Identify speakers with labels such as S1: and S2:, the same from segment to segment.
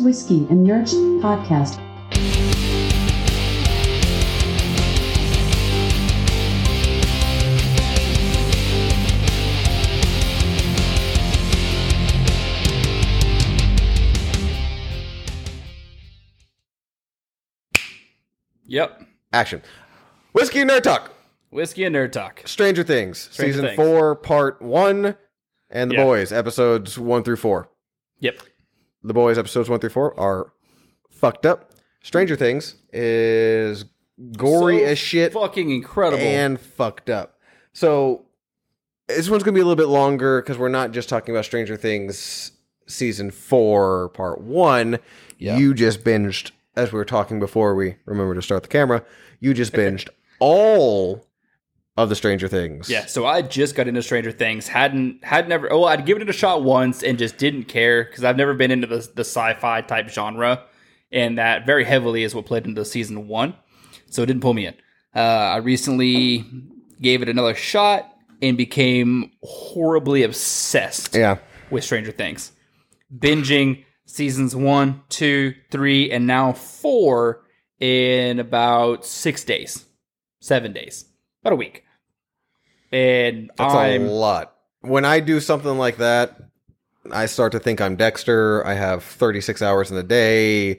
S1: Whiskey and Nerds podcast.
S2: Yep.
S3: Action. Whiskey and Nerd Talk.
S2: Whiskey and Nerd Talk.
S3: Stranger Things,
S2: Stranger
S3: season
S2: Things.
S3: four, part one, and the
S2: Yeah.
S3: boys, episodes one through four.
S2: Yep.
S3: The boys, episodes one through four, are fucked up. Stranger Things is gory
S2: So
S3: as shit
S2: Fucking incredible.
S3: and fucked up. So this one's gonna be a little bit longer because we're not just talking about Stranger Things season four, part one.
S2: Yeah.
S3: You just binged, as we were talking before we remember to start the camera. You just binged all of the Stranger Things.
S2: yeah, so I just got into Stranger Things. Hadn't had never oh, I'd given it a shot once and just didn't care because I've never been into the the sci-fi type genre. And that very heavily is what played into season one. So it didn't pull me in. Uh, I recently gave it another shot and became horribly obsessed
S3: Yeah.
S2: with Stranger Things. Binging seasons one, two, three, and now four in about six days, seven days, about a week. And
S3: That's a
S2: I'm
S3: lot. Um, When I do something like that, I start to think I'm Dexter. I have 36 hours in the day.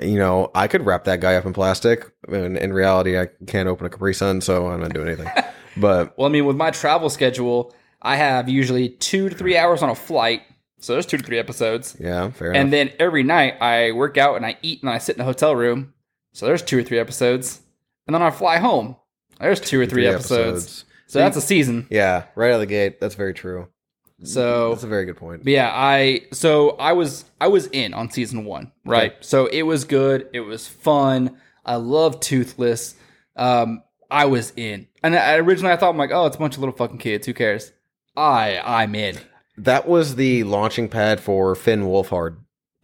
S3: You know, I could wrap that guy up in plastic. And in reality, I can't open a Capri Sun, so I'm not doing anything. but
S2: well, I mean, with my travel schedule, I have usually two to three hours on a flight. So there's two to three episodes.
S3: yeah, fair enough.
S2: And then every night I work out and I eat and I sit in a hotel room. So there's two or three episodes. And then I fly home. There's two or three, episodes. So that's a season.
S3: Yeah, right out of the gate. That's very true.
S2: So
S3: That's a very good point.
S2: But yeah, I so I was I was in on season one, right?
S3: Okay.
S2: So it was good. It was fun. I love Toothless. Um, I was in, and I, originally I thought I'm like, oh, it's a bunch of little fucking kids. Who cares? I I'm in.
S3: That was the launching pad for Finn Wolfhard,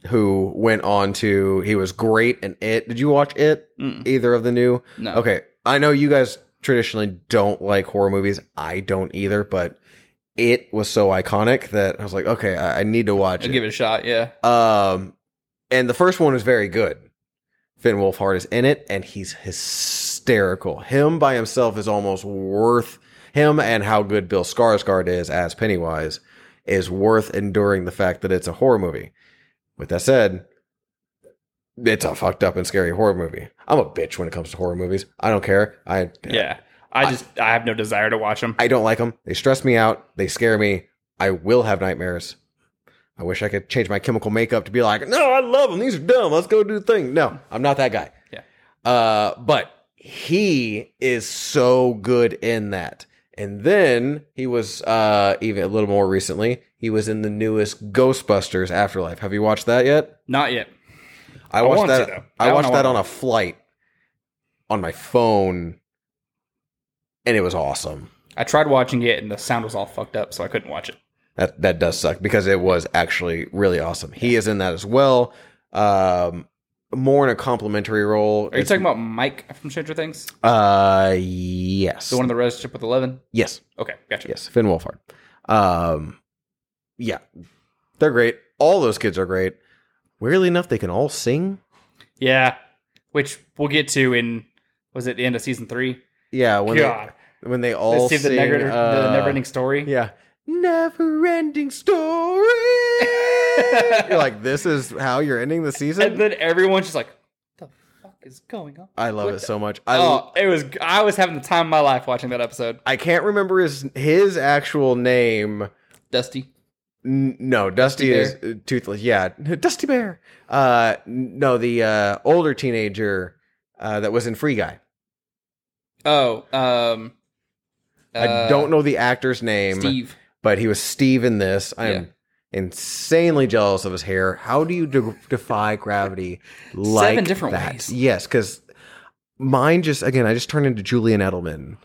S3: who went on to, he was great in it. Did you watch it?
S2: Mm,
S3: Either of the new?
S2: no,
S3: Okay, I know you guys traditionally don't like horror movies. I don't either, but it was so iconic that I was like, okay, I, I need to watch
S2: I'll
S3: it.
S2: give it a shot. Yeah,
S3: Um, and the first one is very good. Finn Wolfhard is in it, and he's hysterical. Him by himself is almost worth him, and how good Bill Skarsgård is as Pennywise is worth enduring the fact that it's a horror movie. With that said, it's a fucked up and scary horror movie. I'm a bitch when it comes to horror movies. I don't care. I
S2: yeah. I just I, have no desire to watch them.
S3: I don't like them. They stress me out. They scare me. I will have nightmares. I wish I could change my chemical makeup to be like, no, I love them. These are dumb. Let's go do the thing. No, I'm not that guy.
S2: Yeah.
S3: Uh, but he is so good in that. And then he was uh, even a little more recently. He was in the newest Ghostbusters Afterlife. Have you watched that yet?
S2: Not yet.
S3: I
S2: I
S3: watched
S2: want to,
S3: that.
S2: though.
S3: I
S2: That one
S3: watched
S2: I
S3: that on
S2: want.
S3: a flight on my phone, and it was awesome.
S2: I tried watching it and the sound was all fucked up, so I couldn't watch it.
S3: That that does suck because it was actually really awesome. He is in that as well. Um more in a complimentary role.
S2: Are you talking about Mike from Stranger Things,
S3: uh yes.
S2: the one in the relationship with Eleven?
S3: yes.
S2: Okay, gotcha.
S3: Yes, Finn Wolfhard. Um yeah. They're great. All those kids are great. Weirdly enough, they can all sing.
S2: Yeah, which we'll get to in was it the end of season three?
S3: Yeah, when
S2: God,
S3: they when they
S2: let's
S3: all
S2: see if the,
S3: sing,
S2: never, the
S3: uh,
S2: never-ending story.
S3: Yeah. Never ending story. you're like, this is how you're ending the season?
S2: and then everyone's just like, "The fuck is going on?"
S3: I love
S2: What
S3: it
S2: the-
S3: so much. I
S2: oh, it was. I was having the time of my life watching that episode.
S3: I can't remember his his actual name.
S2: Dusty.
S3: N- no, Dusty,
S2: Dusty
S3: is uh, toothless. Yeah, Dusty Bear. Uh, n- no, the uh, older teenager uh, that was in Free Guy.
S2: Oh, um,
S3: I
S2: uh,
S3: don't know the actor's name,
S2: Steve.
S3: but he was Steve in this. I am insanely jealous of his hair. How do you de- defy gravity like
S2: different
S3: that?
S2: ways.
S3: Yes, because mine just again, I just turned into Julian Edelman.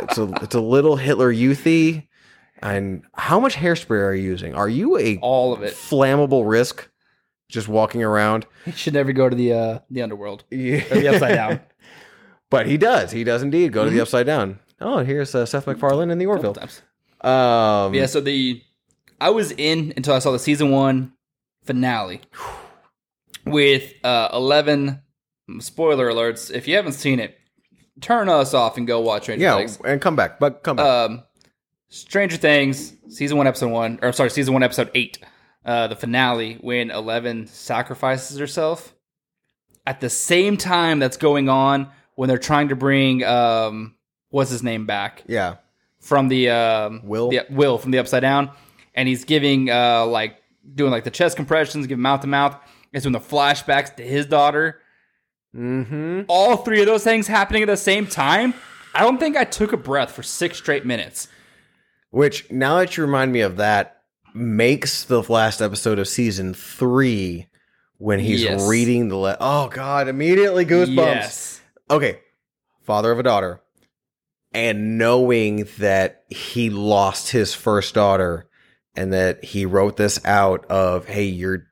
S3: it's a it's a little Hitler youthy. And how much hairspray are you using? Are you a
S2: All of it.
S3: flammable risk just walking around?
S2: He should never go to the uh, the underworld
S3: Yeah.
S2: or the upside down. Mm-hmm.
S3: but he does. He does indeed go to the upside down. Oh, and here's uh, Seth MacFarlane in the
S2: Couple
S3: Orville.
S2: times.
S3: Um,
S2: Yeah. So the I was in until I saw the season one finale with uh, 11 spoiler alerts. If you haven't seen it, turn us off and go watch Stranger
S3: Yeah,
S2: Things.
S3: and come back, but come back.
S2: Um, Stranger Things, season one, episode one, or sorry, season one, episode eight, uh, the finale when Eleven sacrifices herself. At the same time that's going on when they're trying to bring um, what's his name back
S3: yeah,
S2: from the um,
S3: Will?
S2: the- Will from the Upside Down, and he's giving uh, like doing like the chest compressions, giving mouth to mouth. It's when the flashbacks to his daughter.
S3: mm-hmm.
S2: All three of those things happening at the same time. I don't think I took a breath for six straight minutes.
S3: Which now that you remind me of that makes the last episode of season three when he's
S2: Yes.
S3: reading the le- oh god immediately goosebumps.
S2: Yes.
S3: Okay, father of a daughter, and knowing that he lost his first daughter, and that he wrote this out of hey you're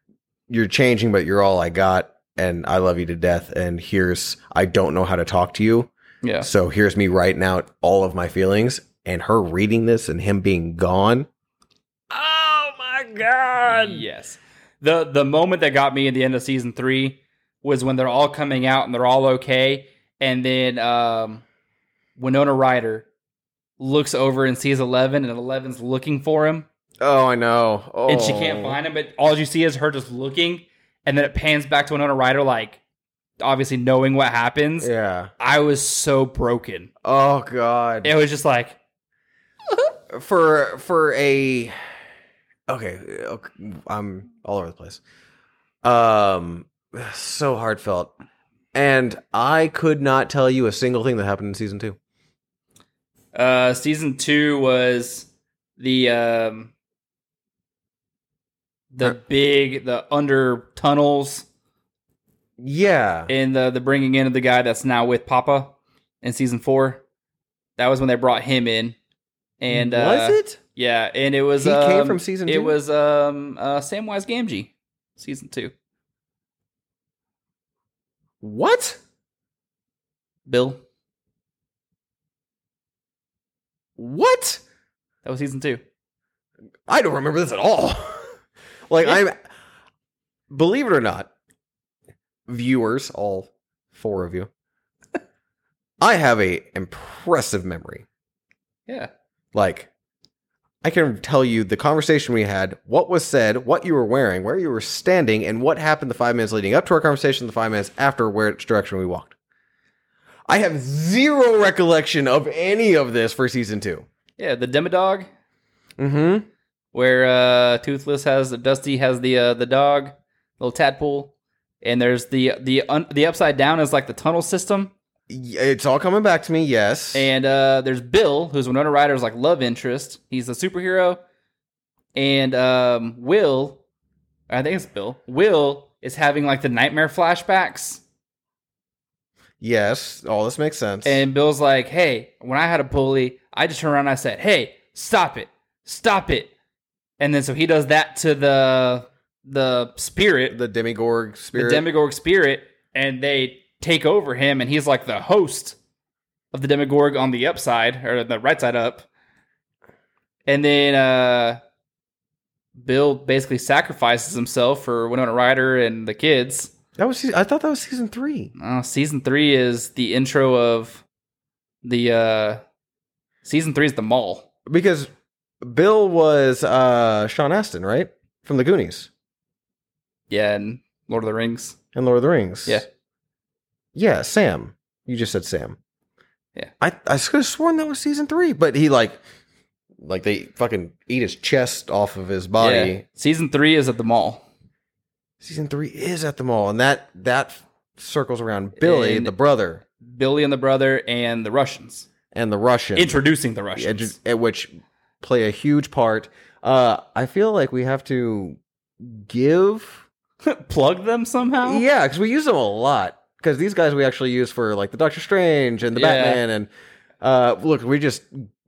S3: you're changing, but you're all I got, and I love you to death, and here's I don't know how to talk to you.
S2: Yeah.
S3: So here's me writing out all of my feelings and her reading this and him being gone. Oh my god.
S2: Yes. The the moment that got me at the end of season three was when they're all coming out and they're all okay, and then um, Winona Ryder looks over and sees Eleven, and Eleven's looking for him,
S3: Oh, I know. Oh.
S2: and she can't find him. But all you see is her just looking, and then it pans back to Winona Ryder, like obviously knowing what happens.
S3: Yeah.
S2: I was so broken.
S3: Oh god.
S2: It was just like
S3: for for a okay, okay, I'm all over the place. Um so heartfelt. And I could not tell you a single thing that happened in season 2.
S2: Uh, season two was the um, the
S3: Uh,
S2: big the under tunnels
S3: Yeah.
S2: and the the bringing in of the guy that's now with Papa in season four. That was when they brought him in, and uh,
S3: was it?
S2: Yeah, and it was
S3: He came
S2: um,
S3: from season
S2: It
S3: two?
S2: was um uh, Samwise Gamgee, season two.
S3: What?
S2: Bill,
S3: What?
S2: that was season two.
S3: I don't remember this at all. like
S2: Yeah.
S3: I'm believe it or not, viewers, all four of you, I have a impressive memory.
S2: Yeah,
S3: Like I can tell you the conversation we had, what was said, what you were wearing, where you were standing, and what happened the five minutes leading up to our conversation, the five minutes after which direction we walked. I have zero recollection of any of this for season two.
S2: yeah. The Demodog,
S3: Mm-hmm.
S2: where uh, Toothless has Dusty has the uh, the dog, little tadpole, and there's the the un- the upside down is like the tunnel system,
S3: Y- It's all coming back to me. Yes.
S2: and uh, there's Bill who's Winona Ryder's like love interest. He's a superhero, and um, Will, I think it's Bill. Will is having like the nightmare flashbacks,
S3: yes, all this makes sense.
S2: and Bill's like, "Hey, when I had a bully, I just turned around and I said, "Hey, stop it. Stop it." And then so he does that to the the spirit
S3: the Demigorg spirit.
S2: the Demogorg spirit, and they take over him, and he's like the host of the Demogorg on the upside or the right side up. And then uh, Bill basically sacrifices himself for Winona Ryder and the kids.
S3: that was. se- I thought that was season three.
S2: Uh, season three is the intro of the uh, season three is the mall.
S3: Because Bill was uh, Sean Astin, right, from the Goonies
S2: Yeah, and Lord of the Rings.
S3: and Lord of the Rings.
S2: Yeah.
S3: Yeah, Sam. You just said Sam.
S2: Yeah.
S3: I I could have sworn that was season three, but he like, like they fucking eat his chest off of his body.
S2: Yeah. Season three is at the mall.
S3: Season three is at the mall, and that that circles around Billy,
S2: And-
S3: the brother,
S2: Billy and the brother and the Russians.
S3: and the Russian.
S2: Introducing the
S3: Yeah,
S2: Russians.
S3: ju- at eh, which play a huge part. Uh, I feel like we have to give,
S2: plug them somehow?
S3: yeah, because we use them a lot. Because these guys we actually use for like the Doctor Strange and the
S2: Yeah.
S3: Batman and uh, look, we just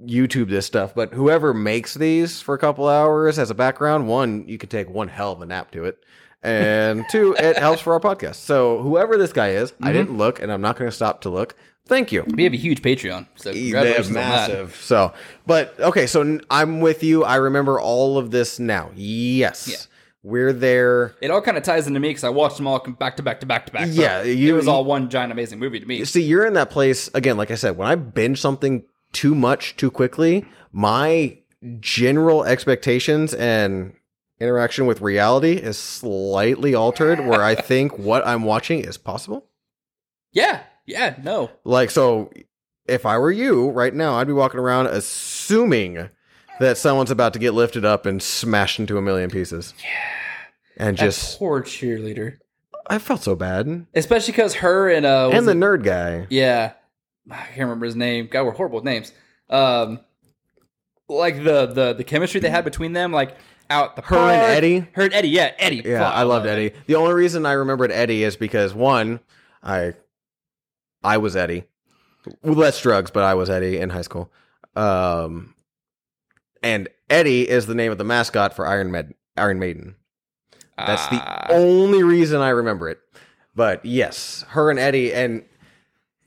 S3: YouTube this stuff. But whoever makes these for a couple hours as a background, one you can take one hell of a nap to it. And two, it helps for our podcast. So whoever this guy is, I
S2: Mhm.
S3: didn't look, and I'm not going to stop to look. Thank you.
S2: We have a huge Patreon, so congratulations
S3: That's
S2: on that.
S3: massive. So, but okay, so n- I'm with you. I remember all of this now. Yes. We're there.
S2: It all kind of ties into me because I watched them all come back to back to back to back.
S3: Yeah,
S2: it
S3: you-
S2: was all one giant amazing movie to me.
S3: See, you're in that place again. Like I said, when I binge something too much too quickly, my general expectations and interaction with reality is slightly altered. where I think what I'm watching is possible.
S2: Yeah, yeah, no,
S3: Like, so if I were you right now, I'd be walking around assuming that someone's about to get lifted up and smashed into a million pieces. Yeah. And
S2: That
S3: just,
S2: poor cheerleader,
S3: I felt so bad.
S2: especially because her and uh, was
S3: And the
S2: it-
S3: nerd guy.
S2: yeah, I can't remember his name. God, we're horrible with names. Um, like the the the chemistry they had between them, like out the
S3: Her and
S2: park.
S3: Eddie?
S2: her and Eddie, yeah, Eddie.
S3: Yeah,
S2: Fuck,
S3: I loved Eddie. The only reason I remembered Eddie is because one, I I was Eddie. Less drugs, but I was Eddie in high school. Um and Eddie is the name of the mascot for Iron Med Iron Maiden. That's the
S2: Ah.
S3: only reason I remember it. But yes, her and Eddie and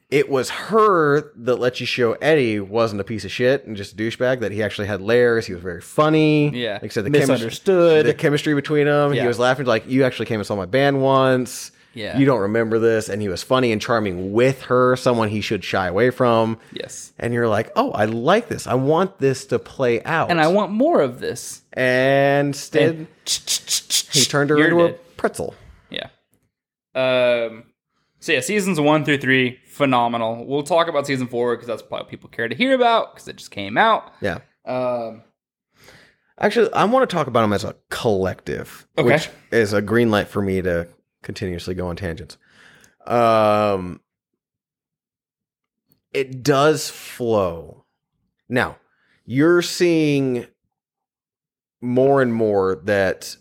S3: it was her that let you show Eddie wasn't a piece of shit and just a douchebag. That he actually had layers. He was very funny.
S2: Yeah.
S3: like I said, the chemistry,
S2: Misunderstood.
S3: the chemistry between them.
S2: Yeah.
S3: He was laughing like you actually came and saw my band once.
S2: Yeah.
S3: You don't remember this, and he was funny and charming with her, someone he should shy away from.
S2: yes,
S3: And you're like, oh, I like this. I want this to play out.
S2: and I want more of this.
S3: and instead
S2: And-
S3: he turned her
S2: You're
S3: into a
S2: dead.
S3: pretzel.
S2: Yeah. Um. So yeah, seasons one through three, phenomenal. We'll talk about season four because that's probably what people care to hear about because it just came out.
S3: Yeah.
S2: Um.
S3: Actually, I want to talk about them as a collective,
S2: Okay.
S3: which is a green light for me to continuously go on tangents. Um, it does flow. Now, you're seeing more and more that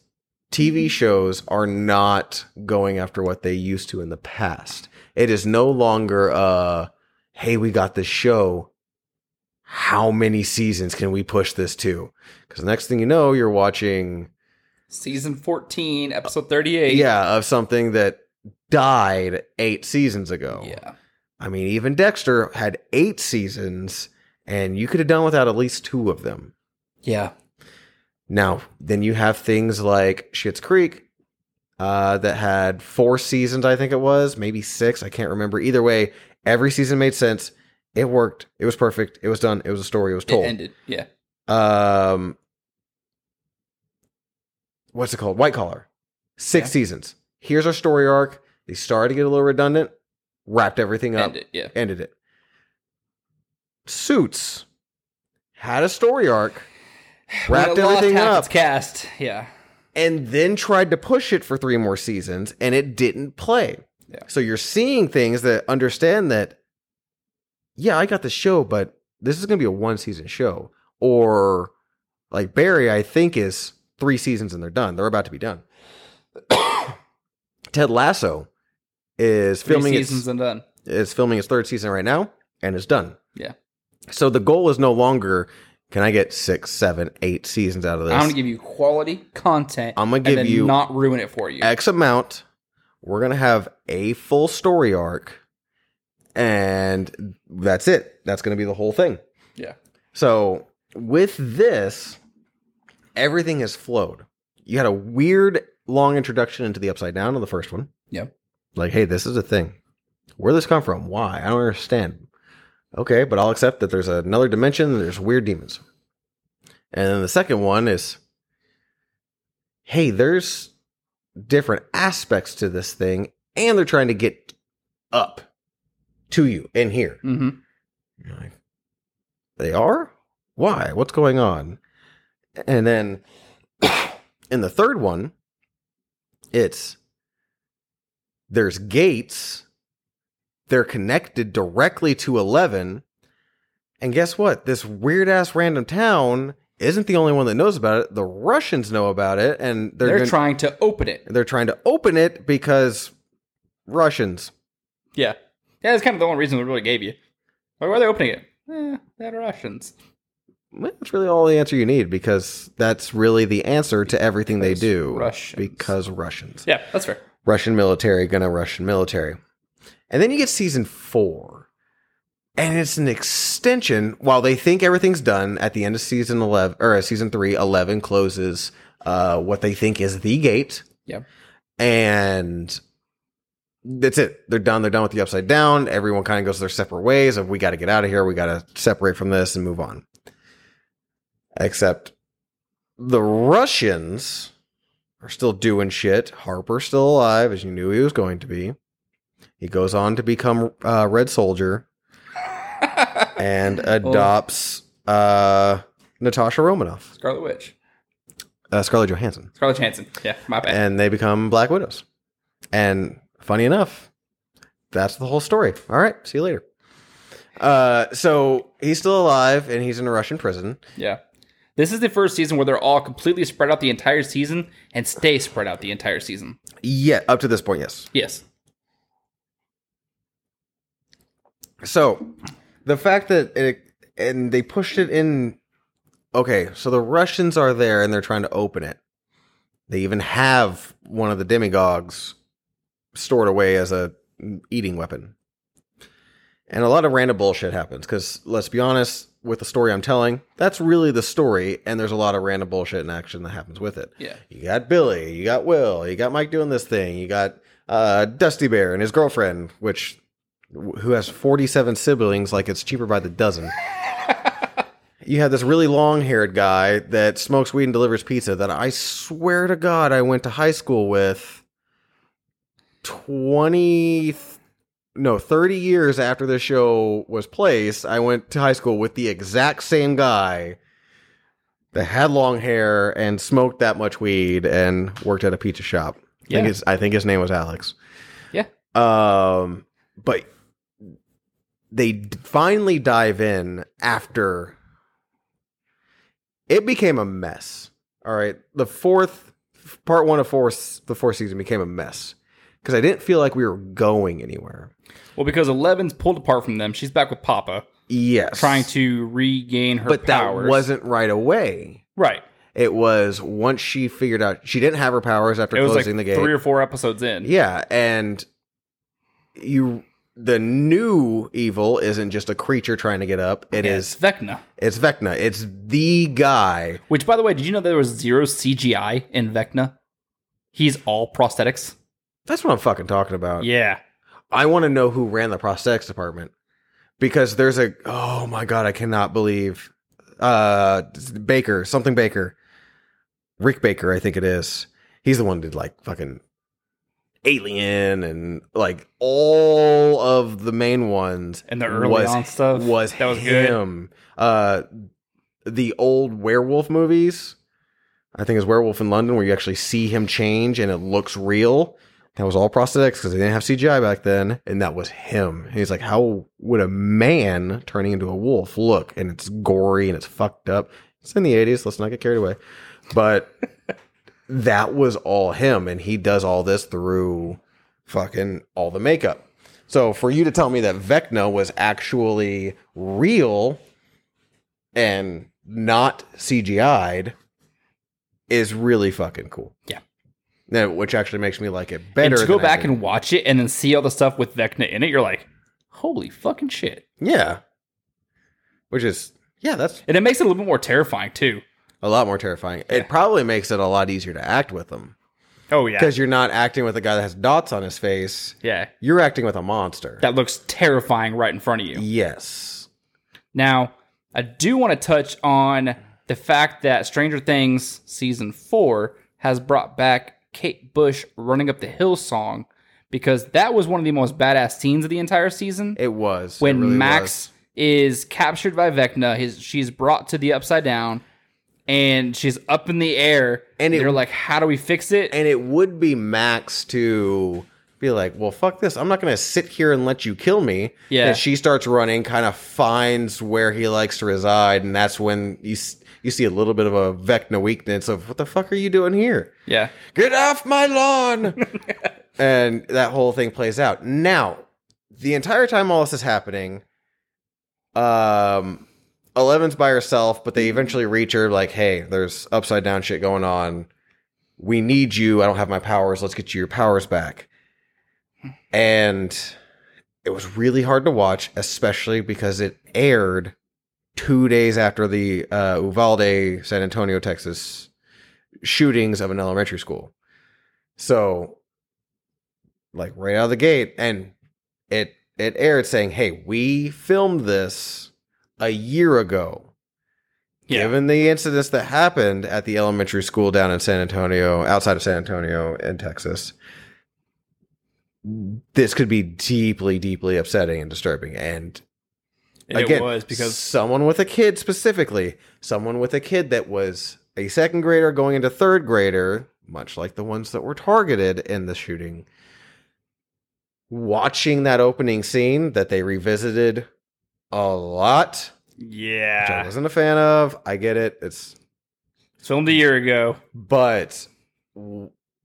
S3: TV shows are not going after what they used to in the past. It is no longer uh hey, we got this show. How many seasons can we push this to? Because the next thing you know, you're watching
S2: Season fourteen, episode thirty-eight.
S3: yeah of something that died eight seasons ago.
S2: Yeah.
S3: I mean, even Dexter had eight seasons, and you could have done without at least two of them.
S2: Yeah.
S3: Now, then you have things like Schitt's Creek uh, that had four seasons, I think it was, maybe six. I can't remember. Either way, every season made sense. It worked. It was perfect. It was done. It was a story. It was
S2: It
S3: told.
S2: ended. Yeah.
S3: um, what's it called? White Collar. Six
S2: Yeah.
S3: seasons. Here's our story arc. They started to get a little redundant. Wrapped everything up
S2: Ended. Yeah.
S3: ended it. Suits had a story arc, wrapped
S2: When it lost
S3: everything
S2: half
S3: up,
S2: Its cast. Yeah.
S3: and then tried to push it for three more seasons, and it didn't play.
S2: Yeah.
S3: So you're seeing things that understand that, yeah, I got the show, but this is going to be a one season show. Or like Barry, I think is three seasons and they're done. They're about to be done. Ted Lasso is
S2: Three
S3: filming its-
S2: seasons and done.
S3: is filming its third season right now and is done.
S2: Yeah.
S3: So the goal is no longer can I get six, seven, eight seasons out of this?
S2: I'm gonna give you quality content.
S3: I'm gonna
S2: and
S3: give
S2: then
S3: you
S2: not ruin it for you.
S3: X amount. We're gonna have a full story arc, and that's it. That's gonna be the whole thing.
S2: Yeah.
S3: So with this, everything has flowed. You had a weird long introduction into the upside down on the first one.
S2: Yep.
S3: Like, hey, this is a thing. Where this come from? Why? I don't understand. Okay, but I'll accept that there's another dimension and there's weird demons. And then the second one is hey, there's different aspects to this thing, and they're trying to get up to you in here.
S2: Mm-hmm.
S3: You're like, they are? Why? What's going on? And then in the third one, it's there's gates. They're connected directly to 11. And guess what? This weird ass random town isn't the only one that knows about it. The Russians know about it and they're
S2: They're,
S3: gon-
S2: trying to open it.
S3: they're trying to open it because Russians.
S2: Yeah. Yeah, that's kind of the only reason we really gave you. Why were they opening it? Eh, they're Russians.
S3: Well, that's really all the answer you need because that's really the answer to everything
S2: Because
S3: they do.
S2: Russians.
S3: Because Russians.
S2: Yeah, that's fair.
S3: Russian military, gonna Russian military. And then you get season four. And it's an extension. While they think everything's done at the end of season 11 or uh, season three, 11 closes. uh, what they think is the gate.
S2: Yep.
S3: And that's it. They're done. They're done with the upside down. Everyone kind of goes their separate ways of we got to get out of here. We got to separate from this and move on. Except the Russians are still doing shit. Harper's still alive, as you knew he was going to be. He goes on to become uh, Red Soldier and adopts uh, Natasha Romanoff,
S2: Scarlet Witch,
S3: uh, Scarlett Johansson,
S2: Scarlet Johansson. Yeah, my bad.
S3: and they become Black Widows. And funny enough, that's the whole story. All right, see you later. Uh, so he's still alive and he's in a Russian prison.
S2: yeah, this is the first season where they're all completely spread out the entire season and stay spread out the entire season.
S3: Yeah, up to this point, yes.
S2: Yes.
S3: So the fact that it and they pushed it in. Okay, so the Russians are there and they're trying to open it. They even have one of the demagogues stored away as a eating weapon. And a lot of random bullshit happens because let's be honest, with the story I'm telling, that's really the story, and there's a lot of random bullshit and action that happens with it.
S2: Yeah.
S3: You got Billy, you got Will, you got Mike doing this thing, you got uh, Dusty Bear and his girlfriend, which who has 47 siblings, like it's cheaper by the dozen. you have this really long haired guy that smokes weed and delivers pizza that I swear to God I went to high school with 20, no, 30 years after the show was placed. I went to high school with the exact same guy that had long hair and smoked that much weed and worked at a pizza shop. I,
S2: Yeah.
S3: think his, I think his name was Alex.
S2: Yeah.
S3: Um, but they d- finally dive in after it became a mess. All right, the fourth part one of four, the fourth season became a mess because I didn't feel like we were going anywhere.
S2: Well, because Eleven's pulled apart from them, she's back with Papa,
S3: Yes,
S2: trying to regain her
S3: but
S2: powers.
S3: that wasn't right away.
S2: right.
S3: It was once she figured out she didn't have her powers after
S2: It was like
S3: closing the gate.
S2: three or four episodes in.
S3: Yeah, and you the new evil isn't just a creature trying to get up. It
S2: Yeah,
S3: is
S2: Vecna.
S3: it's Vecna. It's the guy.
S2: Which, by the way, did you know there was zero CGI in Vecna? He's all prosthetics.
S3: That's what I'm fucking talking about.
S2: Yeah.
S3: I want to know who ran the prosthetics department because there's a oh my god, I cannot believe uh Baker, something Baker. Rick Baker, I think it is. He's the one who did like fucking Alien and like all of the main ones
S2: And the early
S3: was
S2: on stuff.
S3: was
S2: that was good.
S3: him. Uh, the old werewolf movies. I think it's Werewolf in London, where you actually see him change and it looks real. That was all prosthetics because they didn't have CGI back then, and that was him. And he's like, "How would a man turning into a wolf look?" And it's gory and it's fucked up. It's in the eighties. Let's not get carried away, but that was all him, and he does all this through fucking all the makeup. So for you to tell me that Vecna was actually real and not CGI'd is really fucking cool.
S2: Yeah.
S3: Yeah, which actually makes me like it
S2: And
S3: better.
S2: to go
S3: than I
S2: back
S3: did.
S2: and watch it and then see all the stuff with Vecna in it, you're like, holy fucking shit.
S3: yeah, which is yeah, that's
S2: And it makes it a little bit more terrifying, too.
S3: a lot more terrifying. It probably makes it a lot easier to act with them
S2: Oh, yeah.
S3: because you're not acting with a guy that has dots on his face.
S2: Yeah.
S3: You're acting with a monster.
S2: That looks terrifying right in front of you.
S3: Yes.
S2: Now, I do want to touch on the fact that Stranger Things season four has brought back Kate Bush running up the hill song because that was one of the most badass scenes of the entire season.
S3: It was It
S2: when
S3: really
S2: Max
S3: was.
S2: is captured by Vecna, his she's brought to the upside down and she's up in the air
S3: And
S2: and
S3: it-
S2: they're like, How do we fix it?
S3: and it would be Max to be like, "Well, fuck this! I'm not going to sit here and let you kill me."
S2: Yeah.
S3: And she starts running, kind of finds where he likes to reside, and that's when you s- you see a little bit of a Vecna weakness of, "What the fuck are you doing here?
S2: yeah.
S3: Get off my lawn!" and that whole thing plays out. Now, the entire time all this is happening, um. Eleven's by herself, but they eventually reach her like, "Hey, there's upside down shit going on we need you. I don't have my powers. Let's get you your powers back. And it was really hard to watch, especially because it aired two days after the uh, Uvalde, San Antonio, Texas shootings of an elementary school. So, like right out of the gate, and it it aired saying, "Hey, we filmed this a year ago."
S2: Yeah.
S3: Given the incidents that happened at the elementary school down in San Antonio, outside of San Antonio in Texas, this could be deeply, deeply upsetting and disturbing. And
S2: And it was because
S3: someone with a kid specifically, someone with a kid that was a second grader going into third grader, much like the ones that were targeted in the shooting, watching that opening scene that they revisited a lot, which I
S2: yeah,
S3: wasn't a fan of. I get it. It's
S2: filmed a year ago.
S3: but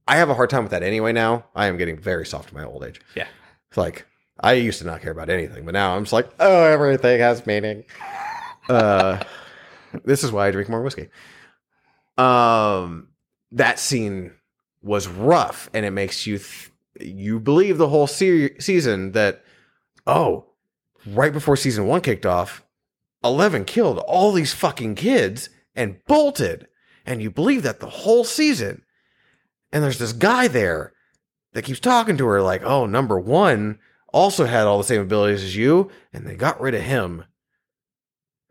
S3: I have a hard time with that anyway. Now I am getting very soft in my old age.
S2: Yeah.
S3: it's like I used to not care about anything, but now I'm just like, oh, everything has meaning. uh, this is why I drink more whiskey. Um, that scene was rough, and it makes you th- you believe the whole se- season that oh, right before season one kicked off, Eleven killed all these fucking kids and bolted and you believe that the whole season. And there's this guy there that keeps talking to her like, "Oh, number 1 also had all the same abilities as you, and they got rid of him."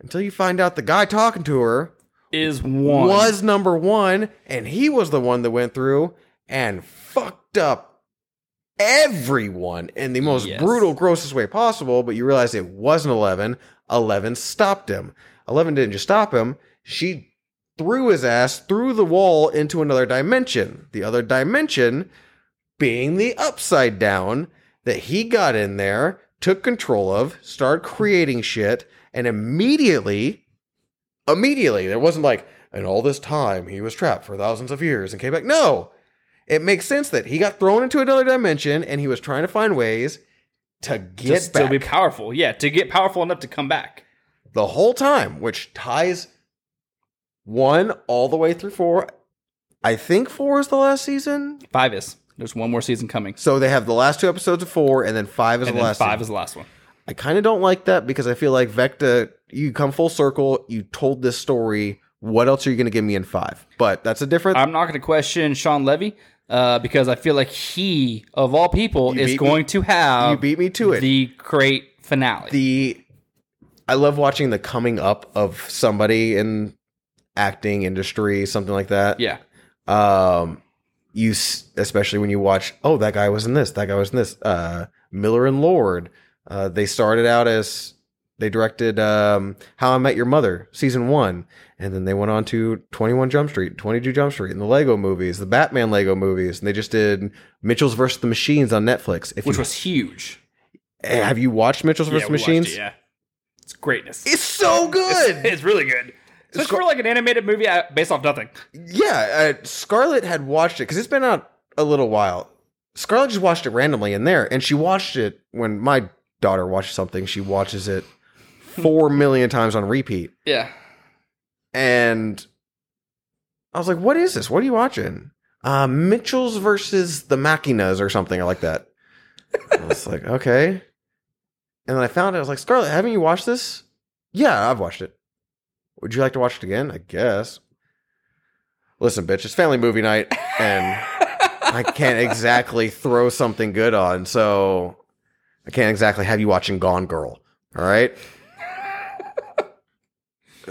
S3: Until you find out the guy talking to her
S2: Is one
S3: was number 1 and he was the one that went through and fucked up everyone in the most
S2: Yes.
S3: brutal grossest way possible, but you realize it wasn't 11. 11 stopped him. 11 didn't just stop him, she threw his ass through the wall into another dimension. The other dimension being the upside down that he got in there, took control of, started creating shit, and immediately, immediately, there wasn't like, and all this time he was trapped for thousands of years and came back. No, it makes sense that he got thrown into another dimension and he was trying to find ways
S2: to
S3: to get
S2: still
S3: back
S2: be powerful. Yeah, to get powerful enough to come back.
S3: the whole time, which ties one all the way through four. I think four is the last season.
S2: Five is there's one more season coming,
S3: So they have the last two episodes of four, and then five is
S2: and
S3: the
S2: then
S3: last.
S2: five
S3: season.
S2: is the last one.
S3: I kind of don't like that because I feel like Vecta, you come full circle. You told this story. What else are you going to give me in five? But that's a different.
S2: I'm not going to question Sean Levy uh, because I feel like he, of all people,
S3: You beat
S2: is
S3: me-
S2: going to have
S3: you beat me to it.
S2: Um, the great finale.
S3: the I love watching the coming up of somebody in acting industry, something like that.
S2: yeah,
S3: um you s- especially when you watch oh that guy was in this that guy was in this uh miller and lord uh they started out as they directed um how i met your mother season one and then they went on to 21 jump street 22 jump street and the lego movies the batman lego movies and they just did mitchell's versus the machines on netflix if
S2: which
S3: you,
S2: was huge.
S3: Eh, have you watched mitchell's
S2: yeah,
S3: versus
S2: we watched
S3: machines
S2: it, yeah, it's greatness.
S3: it's so good
S2: It's, it's really good. So it's
S3: go-
S2: for like an animated movie uh, based off nothing.
S3: Yeah, uh, Scarlett had watched it because it's been out a little while. Scarlett just watched it randomly in there, and she watched it when my daughter watches something. She watches it four million times on repeat,
S2: Yeah,
S3: and I was like, "What is this? What are you watching?" Uh, Mitchell's versus the Machinas or something like that. I was like, "Okay," and then I found it. I was like, "Scarlett, haven't you watched this?" Yeah, I've watched it. Would you like to watch it again? I guess. Listen, bitch, it's family movie night, and I can't exactly throw something good on, so I can't exactly have you watching Gone Girl. All right.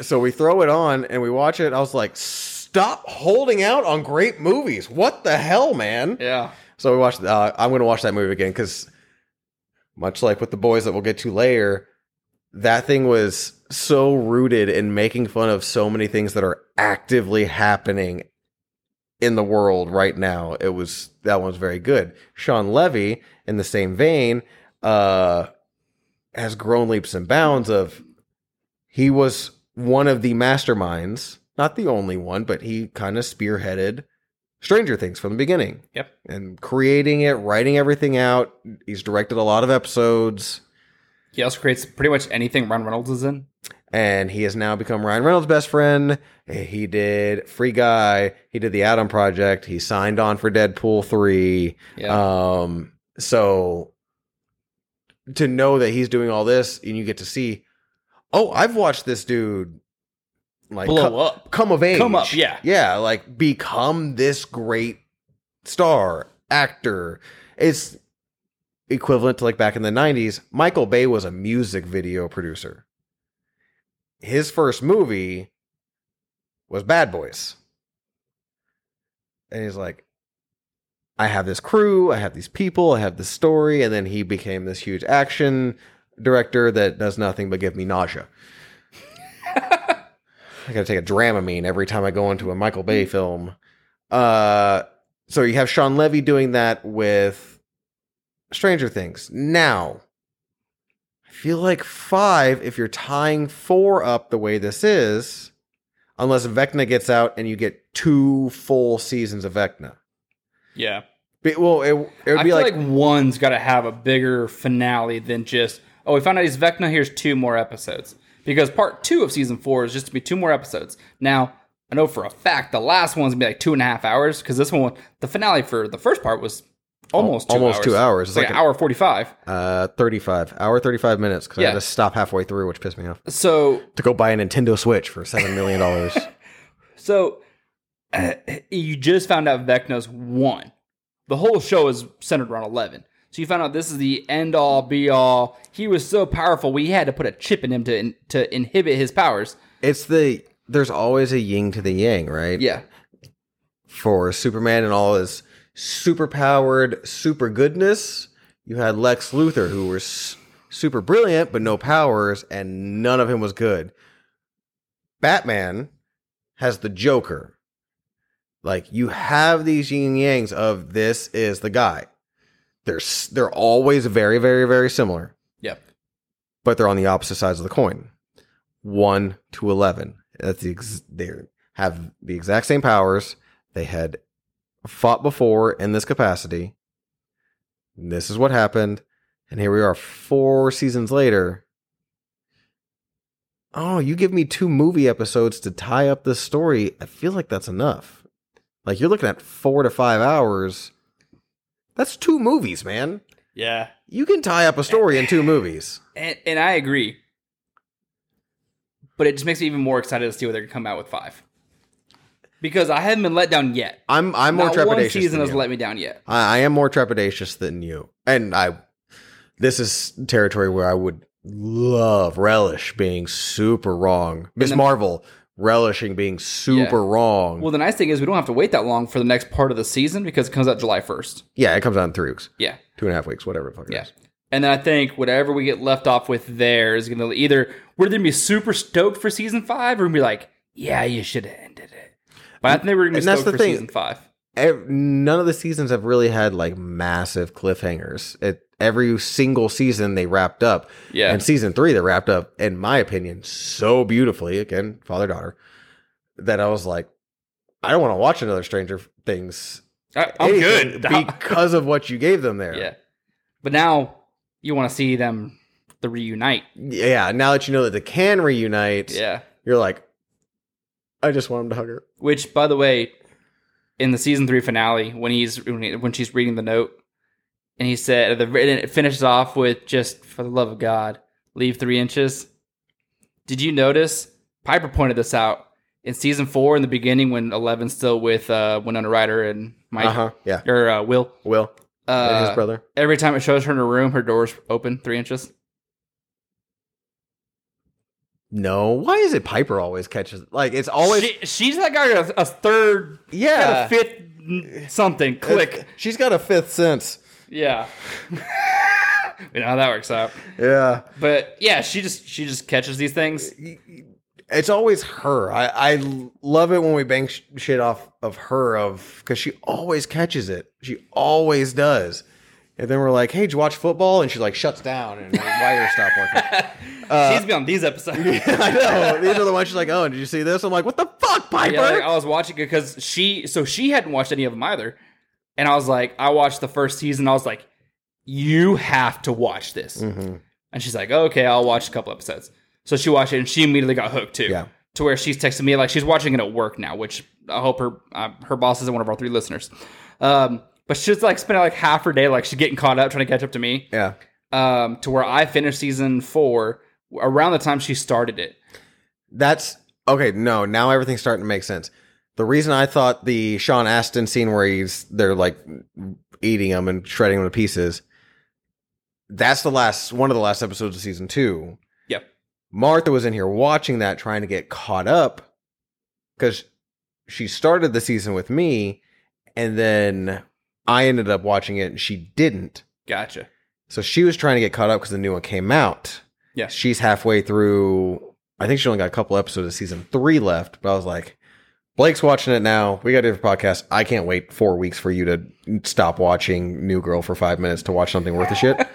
S3: so we throw it on and we watch it. I was like, stop holding out on great movies. What the hell, man?
S2: yeah.
S3: So we watched. Uh, I'm going to watch that movie again because, much like with the boys that we'll get to later, that thing was so rooted in making fun of so many things that are actively happening in the world right now. It was that one's very good. Sean Levy, in the same vein, uh, has grown leaps and bounds. Of he was one of the masterminds, not the only one, but he kind of spearheaded Stranger Things from the beginning and creating it, writing everything out. He's directed a lot of episodes,
S2: He also creates pretty much anything Ron Reynolds is in.
S3: and he has now become Ryan Reynolds' best friend. He did Free Guy, he did the Adam Project, he signed on for Deadpool 3.
S2: Yeah,
S3: Um, so to know that he's doing all this, and you get to see, oh, I've watched this dude like
S2: blow
S3: co-
S2: up.
S3: come of age.
S2: Come up, yeah.
S3: Yeah, like become this great star, actor. It's equivalent to like back in the 90s, Michael Bay was a music video producer. His first movie was Bad Boys. And he's like, I have this crew, I have these people, I have this story, and then he became this huge action director that does nothing but give me nausea. I gotta take a Dramamine every time I go into a Michael
S2: Mm.
S3: Bay film. Uh, so you have Sean Levy doing that with Stranger Things. Now, I feel like five, if you're tying four up the way this is, unless Vecna gets out and you get two full seasons of Vecna.
S2: Yeah.
S3: But, well, it, it
S2: I
S3: would be
S2: feel
S3: like,
S2: like, one's got to have a bigger finale than just oh we found out he's Vecna. Here's two more episodes because part two of season four is just to be two more episodes. Now I know for a fact the last one's gonna be like two and a half hours because this one the finale for the first part was almost two
S3: almost
S2: hours.
S3: two hours. It's
S2: It's like,
S3: like
S2: an
S3: a-
S2: hour forty five.
S3: uh, 35, hour 35 minutes, because I had
S2: Yeah.
S3: to stop halfway through, which pissed me off.
S2: So
S3: To go buy a Nintendo Switch for $7 million.
S2: so uh, you just found out Vecna's one. The whole show is centered around eleven. So you found out this is the end all be all. He was so powerful, we had to put a chip in him to to inhibit his powers.
S3: It's the there's always a yin to the yang, right?
S2: Yeah.
S3: For Superman and all his super powered super goodness, you had Lex Luthor who was super brilliant but no powers and none of him was good. Batman has the Joker. Like you have these yin yangs of this is the guy. They're s- they're always very very very similar
S2: Yep.
S3: but they're on the opposite sides of the coin. One to eleven. That's the ex- they have the exact same powers. They had fought before in this capacity. This is what happened, and here we are, four seasons later. Oh, you give me two movie episodes to tie up this story. I feel like that's enough. Like you're looking at four to five hours. That's two movies, man.
S2: Yeah.
S3: You can tie up a story in two movies.
S2: And and I agree. But it just makes me even more excited to see what they're gonna come out with five. Because I haven't been let down yet.
S3: I'm I'm more
S2: Not one
S3: trepidatious.
S2: season
S3: than
S2: has
S3: you.
S2: let me down yet.
S3: I, I am more trepidatious than you, and I. This is territory where I would love relish being super wrong. Miss
S2: then-
S3: Marvel relishing being super wrong.
S2: Well, the nice thing is we don't have to wait that long for the next part of the season because it comes out July first.
S3: yeah, it comes out in three weeks,
S2: Yeah.
S3: two and a half weeks, whatever. The fuck it
S2: Yeah.
S3: is.
S2: And then I think whatever we get left off with there is gonna either we're gonna be super stoked for season five, or we're gonna be like, yeah, you should have ended it. But I think we're gonna be
S3: And that's
S2: stoked for
S3: the thing.
S2: season five.
S3: Ev- none of the seasons have really had like massive cliffhangers. It, every single season they wrapped up.
S2: Yeah.
S3: And season three, they wrapped up, in my opinion, so beautifully. Again, father daughter, that I was like, I don't want to watch another Stranger Things.
S2: I, I'm
S3: anything
S2: good.
S3: because of what you gave them there.
S2: Yeah. But now you want to see them the reunite.
S3: Yeah, Now that you know that they can reunite,
S2: Yeah.
S3: you're like, I just want them to hug her.
S2: Which, by the way, in the season three finale, when he's when, he- when she's reading the note, and he said, the, and it finishes off with just for the love of God, leave three inches. Did you notice? Piper pointed this out in season four in the beginning when Eleven's still with uh, Winona Ryder and Mike
S3: Uh huh. Yeah.
S2: or uh, Will.
S3: Will and his
S2: Uh,
S3: brother.
S2: every time it shows her in her room, her door's open three inches.
S3: No. Why is it Piper always catches? Like, it's always.
S2: She- she's that guy a, a third
S3: yeah.
S2: Got a fifth something click.
S3: She's got a fifth sense.
S2: yeah. you know how that works out.
S3: Yeah.
S2: But yeah, she just she just catches these things.
S3: it's always her. I, I love it when we bang sh- shit off of her of because she always catches it. She always does. And then we're like, "Hey, did you watch football?" And she like shuts down and like, wire stop working.
S2: Uh, She's been on these episodes.
S3: I know these are the ones she's like, "Oh, did you see this?" I'm like, "What the fuck, Piper?"
S2: Yeah, like, oh. I was watching it because she so she hadn't watched any of them either. And I was like, I watched the first season, I was like, you have to watch this. And she's like, okay, I'll watch a couple episodes. So she watched it and she immediately got hooked too.
S3: Yeah.
S2: To where she's texting me like she's watching it at work now, which I hope her uh, her boss isn't one of our three listeners. Um, but she's like spending like half her day like she's getting caught up trying to catch up to me.
S3: yeah.
S2: Um, to where I finished season four around the time she started it.
S3: That's Okay, no, now everything's starting to make sense. The reason I thought the Sean Astin scene where he's they're like eating him and shredding him to pieces, that's the last one of the last episodes of season two.
S2: Yep.
S3: Martha was in here watching that, trying to get caught up because she started the season with me, and then I ended up watching it and she didn't.
S2: Gotcha.
S3: So she was trying to get caught up because the new one came out.
S2: Yeah.
S3: She's halfway through. I think she only got a couple episodes of season three left, but I was like, Blake's watching it now. We got a different podcast. I can't wait four weeks for you to stop watching New Girl for five minutes to watch something worth a shit.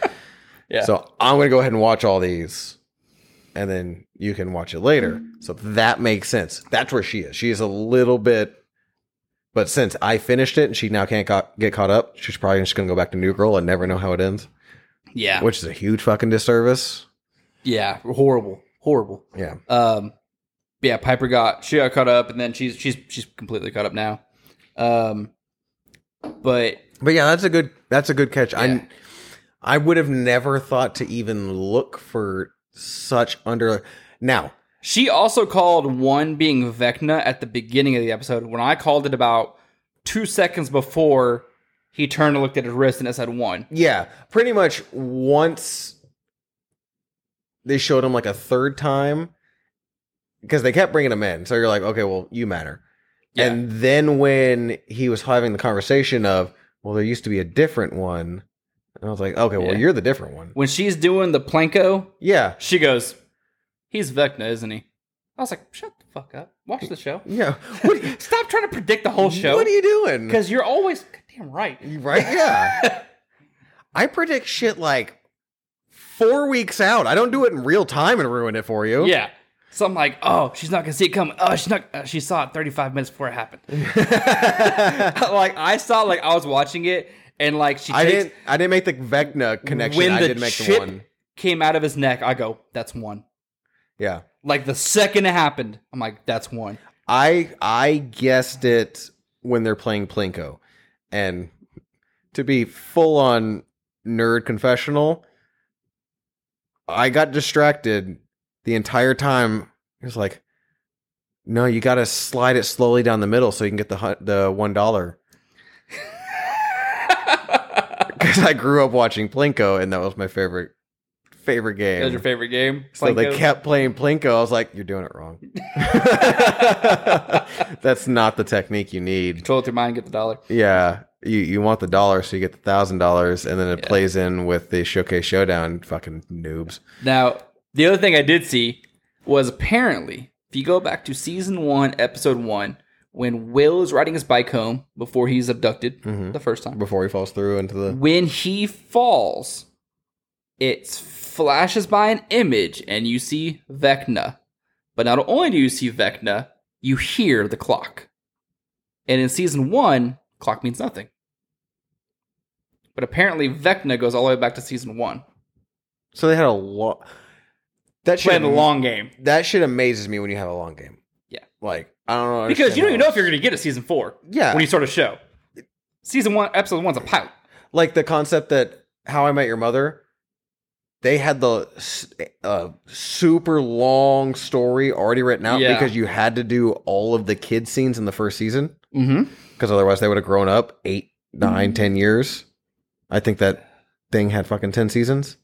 S2: Yeah.
S3: So I'm going to go ahead and watch all these and then you can watch it later. So that makes sense. That's where she is. She is a little bit, but since I finished it and she now can't ca- get caught up, she's probably just going to go back to New Girl and never know how it ends
S2: Yeah.
S3: which is a huge fucking disservice.
S2: Yeah. Horrible. Horrible.
S3: Yeah.
S2: Um, but yeah, Piper got she got caught up, and then she's she's she's completely caught up now. Um, but
S3: But yeah, that's a good that's a good catch.
S2: Yeah.
S3: I I would have never thought to even look for such under now.
S2: she also called one being Vecna at the beginning of the episode when I called it about two seconds before he turned and looked at his wrist and it said one.
S3: Yeah, pretty much once they showed him like a third time because they kept bringing him in. So you're like, okay, well, you matter.
S2: Yeah.
S3: And then when he was having the conversation of, well, there used to be a different one, and I was like, okay, well,
S2: Yeah.
S3: you're the different one.
S2: when she's doing the planko,
S3: Yeah.
S2: she goes, "He's Vecna, isn't he?" I was like, "Shut the fuck up! Watch the show.
S3: Yeah. What,
S2: Stop trying to predict the whole show
S3: What are you doing?
S2: because you're always goddamn right."
S3: Right? Yeah. I predict shit like four weeks out. I don't do it in real time and ruin it for you.
S2: Yeah. So I'm like, oh, she's not gonna see it coming. Oh, she's not. Uh, she saw it 35 minutes before it happened. like I saw, like I was watching it, and like she.
S3: I
S2: takes-
S3: didn't. I didn't make the Vecna connection.
S2: When
S3: I
S2: the
S3: did make
S2: chip
S3: the one.
S2: came out of his neck, I go, that's one.
S3: Yeah.
S2: Like the second it happened, I'm like, that's one.
S3: I I guessed it when they're playing Plinko, and to be full on nerd confessional, I got distracted the entire time. It was like, no, you got to slide it slowly down the middle so you can get the hun- the one dollar. Because I grew up watching Plinko, and that was my favorite favorite game.
S2: That was your favorite game.
S3: So they
S2: Plinko?
S3: kept playing Plinko. I was like, "You're doing it wrong. That's not the technique you need.
S2: control it through mine, get the dollar.
S3: Yeah, you you want the dollar, so you get the thousand dollars, and then it
S2: Yeah.
S3: plays in with the showcase showdown. Fucking noobs.
S2: Now, the other thing I did see was apparently, if you go back to season one, episode one, when Will is riding his bike home before he's abducted
S3: Mhm.
S2: the first time,
S3: Before he falls through into the
S2: when he falls, it flashes by an image and you see Vecna. But not only do you see Vecna, you hear the clock. And in season one, clock means nothing. But apparently, Vecna goes all the way back to season one.
S3: so they had a lot. That
S2: Playing
S3: should
S2: the long game.
S3: that shit amazes me when you have a long game.
S2: Yeah.
S3: like I don't know
S2: because you don't even
S3: understand
S2: know
S3: how-
S2: if you're going to get a season four
S3: Yeah,
S2: when you start a show. Season one, episode one's a pilot.
S3: like the concept that How I Met Your Mother, they had the s- uh, super long story already written out
S2: Yeah.
S3: because you had to do all of the kid scenes in the first season
S2: Mm-hmm.
S3: because otherwise they would have grown up eight, nine, ten years. I think that thing had fucking ten seasons,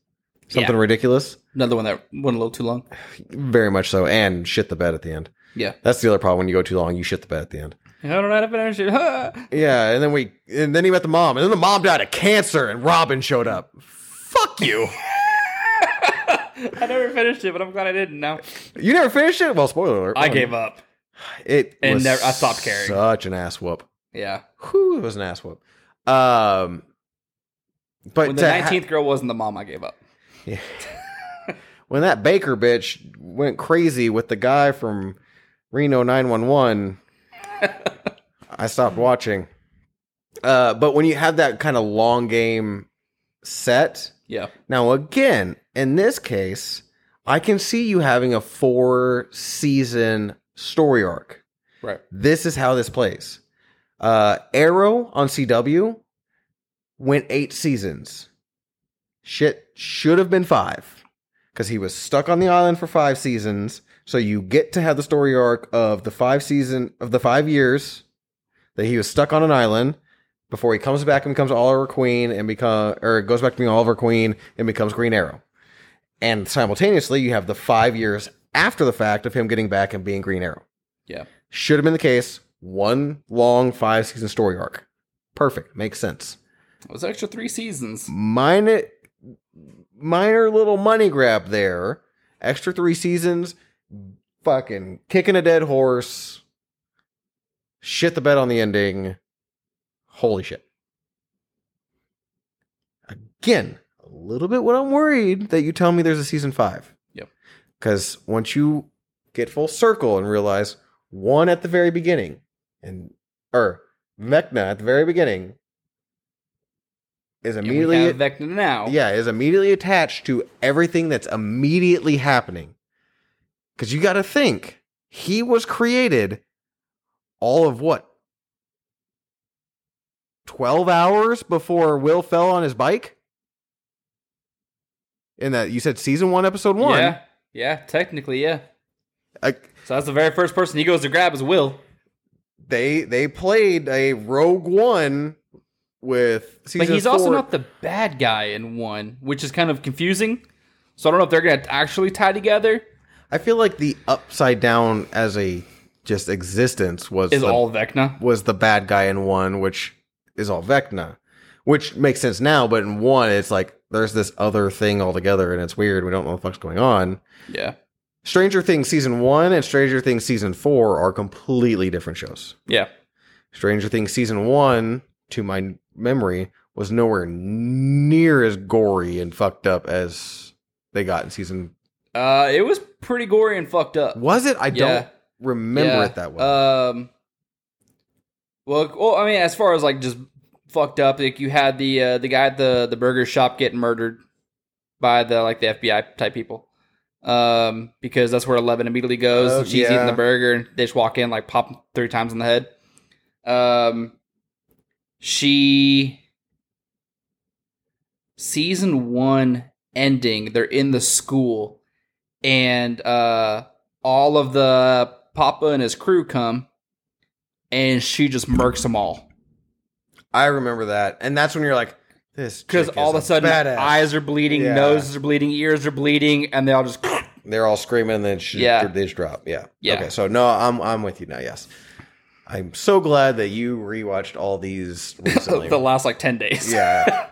S3: something ridiculous.
S2: Another one that went a little too long.
S3: Very much so, and shit the bed at the end.
S2: Yeah.
S3: That's the other problem when you go too long, you shit the bed at the end.
S2: I don't know how to finish it. Huh.
S3: Yeah, and then we, and then he met the mom, and then the mom died of cancer, and Robin showed up. Fuck you.
S2: I never finished it, but I'm glad I didn't. Now
S3: You never finished it? Well, spoiler alert.
S2: I gave up.
S3: It
S2: And
S3: was
S2: never- I stopped caring.
S3: Such an ass whoop.
S2: Yeah,
S3: Whew, it was an ass whoop. Um, but
S2: when the
S3: to ha-
S2: nineteenth girl wasn't the mom, I gave up.
S3: when that Baker bitch went crazy with the guy from Reno 911, I stopped watching. Uh, but when you have that kind of long game set,
S2: Yeah,
S3: Now, again, in this case, I can see you having a four season story arc.
S2: Right.
S3: This is how this plays. Uh, Arrow on CW went eight seasons. Shit should have been five because he was stuck on the island for five seasons. So you get to have the story arc of the five season of the five years that he was stuck on an island before he comes back and becomes Oliver Queen and become or goes back to being Oliver Queen and becomes Green Arrow. And simultaneously, you have the five years after the fact of him getting back and being Green Arrow.
S2: Yeah.
S3: should have been the case. One long five season story arc. Perfect, makes sense
S2: It was an extra three seasons.
S3: minor minor little money grab there. Extra three seasons, fucking kicking a dead horse. Shit the bed on the ending. Holy shit. Again, a little bit what I'm worried that you tell me there's a season five.
S2: Yep.
S3: Because once you get full circle and realize one at the very beginning and or Vecna at the very beginning is
S2: And
S3: immediately
S2: we have Vecna now.
S3: yeah, is immediately attached to everything that's immediately happening. Because you got to think, he was created all of what? 12 hours before Will fell on his bike? In that, you said season one, episode one.
S2: Yeah. Yeah. Technically, yeah.
S3: Like,
S2: So that's the very first person he goes to grab is Will.
S3: they they played a Rogue One with season
S2: but he's also
S3: four-
S2: not the bad guy in one, which is kind of confusing. So I don't know if they're going to actually tie together.
S3: I feel like the upside down as a just existence was
S2: Is
S3: the
S2: all Vecna?
S3: was the bad guy in one, which is all Vecna, which makes sense now. But in one, it's like there's this other thing altogether, and it's weird. We don't know what the fuck's going on.
S2: Yeah.
S3: Stranger Things season one and Stranger Things season four are completely different shows.
S2: Yeah.
S3: Stranger Things season one, to my memory, was nowhere near as gory and fucked up as they got in season.
S2: Uh, it was pretty gory and fucked up.
S3: Was it? I
S2: Uh, Yeah.
S3: don't remember
S2: Yeah.
S3: it that way.
S2: Um, well, well, I mean, as far as like just fucked up, like you had the uh, the guy at the the burger shop getting murdered by the like the FBI type people, um, because that's where Eleven immediately goes.
S3: Oh,
S2: and she's
S3: yeah.
S2: eating the burger, and they just walk in like pop 'em three times in the head. Um, she season one ending, they're in the school, and uh all of the Papa and his crew come, and she just murks them all.
S3: I remember that, and that's when you're like, this
S2: Because
S3: chick
S2: all
S3: is
S2: of a sudden,
S3: badass.
S2: eyes are bleeding,
S3: Yeah.
S2: noses are bleeding, ears are bleeding, and they all just.
S3: They're all screaming, and then she,
S2: Yeah.
S3: they just drop. Yeah.
S2: Yeah.
S3: Okay. So no, I'm I'm with you now. Yes. I'm so glad that you rewatched all these recently.
S2: the last like ten days.
S3: yeah.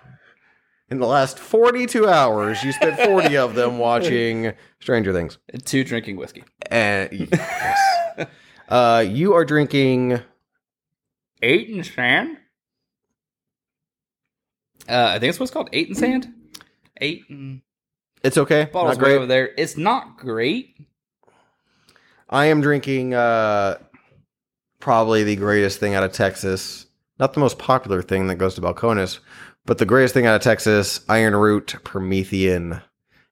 S3: In the last 42 hours, you spent 40 of them watching Stranger Things.
S2: Two drinking whiskey.
S3: And yes. uh, you are drinking.
S2: Eight and sand. Uh, I think it's what's called eight and sand. Eight and
S3: It's okay.
S2: bottles
S3: Not
S2: way over
S3: great.
S2: there. It's not great.
S3: I am drinking uh, probably the greatest thing out of Texas. Not the most popular thing that goes to Balcones, but the greatest thing out of Texas, Iron Root Promethean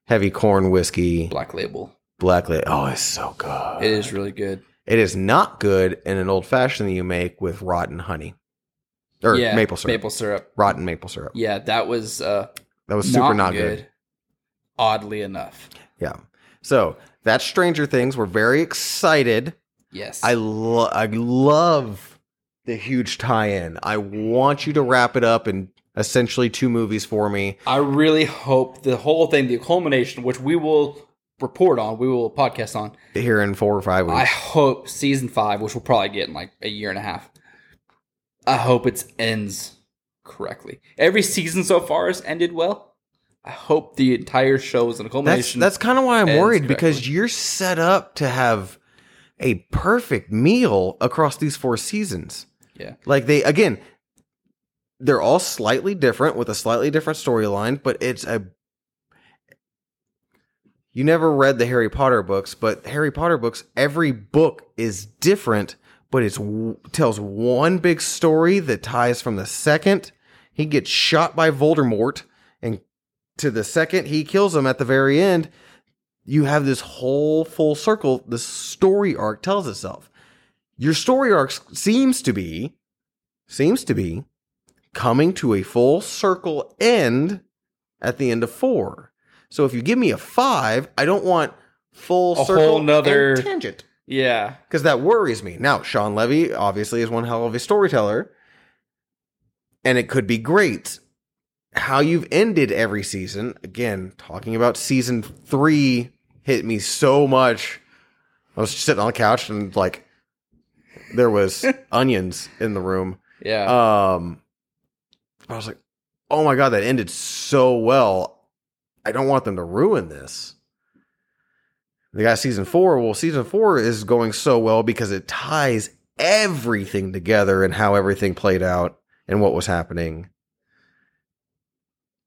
S3: heavy corn whiskey,
S2: Black Label.
S3: black label. Oh, it's so good.
S2: It is really good.
S3: It is not good in an old fashioned that you make with rotten honey or
S2: Yeah,
S3: maple syrup.
S2: Maple syrup.
S3: Rotten maple syrup.
S2: Yeah, that was uh,
S3: That was super not, good.
S2: Oddly enough,
S3: Yeah. So that's Stranger Things. We're very excited.
S2: yes.
S3: I lo- I love the huge tie-in. I want you to wrap it up in essentially two movies for me.
S2: I really hope the whole thing, the culmination, which we will report on, we will podcast on.
S3: Here in four or five weeks.
S2: I hope season five, which we'll probably get in like a year and a half. I hope it ends correctly. Every season so far has ended well. I hope the entire show is in a
S3: that's
S2: culmination.
S3: that's kind of why I'm
S2: ends
S3: worried because
S2: correctly.
S3: you're set up to have a perfect meal across these four seasons.
S2: Yeah.
S3: Like they again, they're all slightly different with a slightly different storyline, but it's a You never read the Harry Potter books, but Harry Potter books, every book is different, but it's w- tells one big story that ties from the second he gets shot by Voldemort and to the second he kills him at the very end, you have this whole full circle. The story arc tells itself. Your story arc s- seems to be seems to be coming to a full circle end at the end of 4. So if you give me a 5, I don't want full
S2: A
S3: circle
S2: whole nother-
S3: and tangent
S2: Yeah.
S3: because that worries me. Now, Sean Levy obviously is one hell of a storyteller, and it could be great. How you've ended every season again? Talking about season three hit me so much. I was sitting on the couch and like there was onions in the room.
S2: Yeah.
S3: Um, I was like, oh my god, that ended so well. I don't want them to ruin this. They got season four. Well, season four is going so well because it ties everything together and how everything played out and what was happening.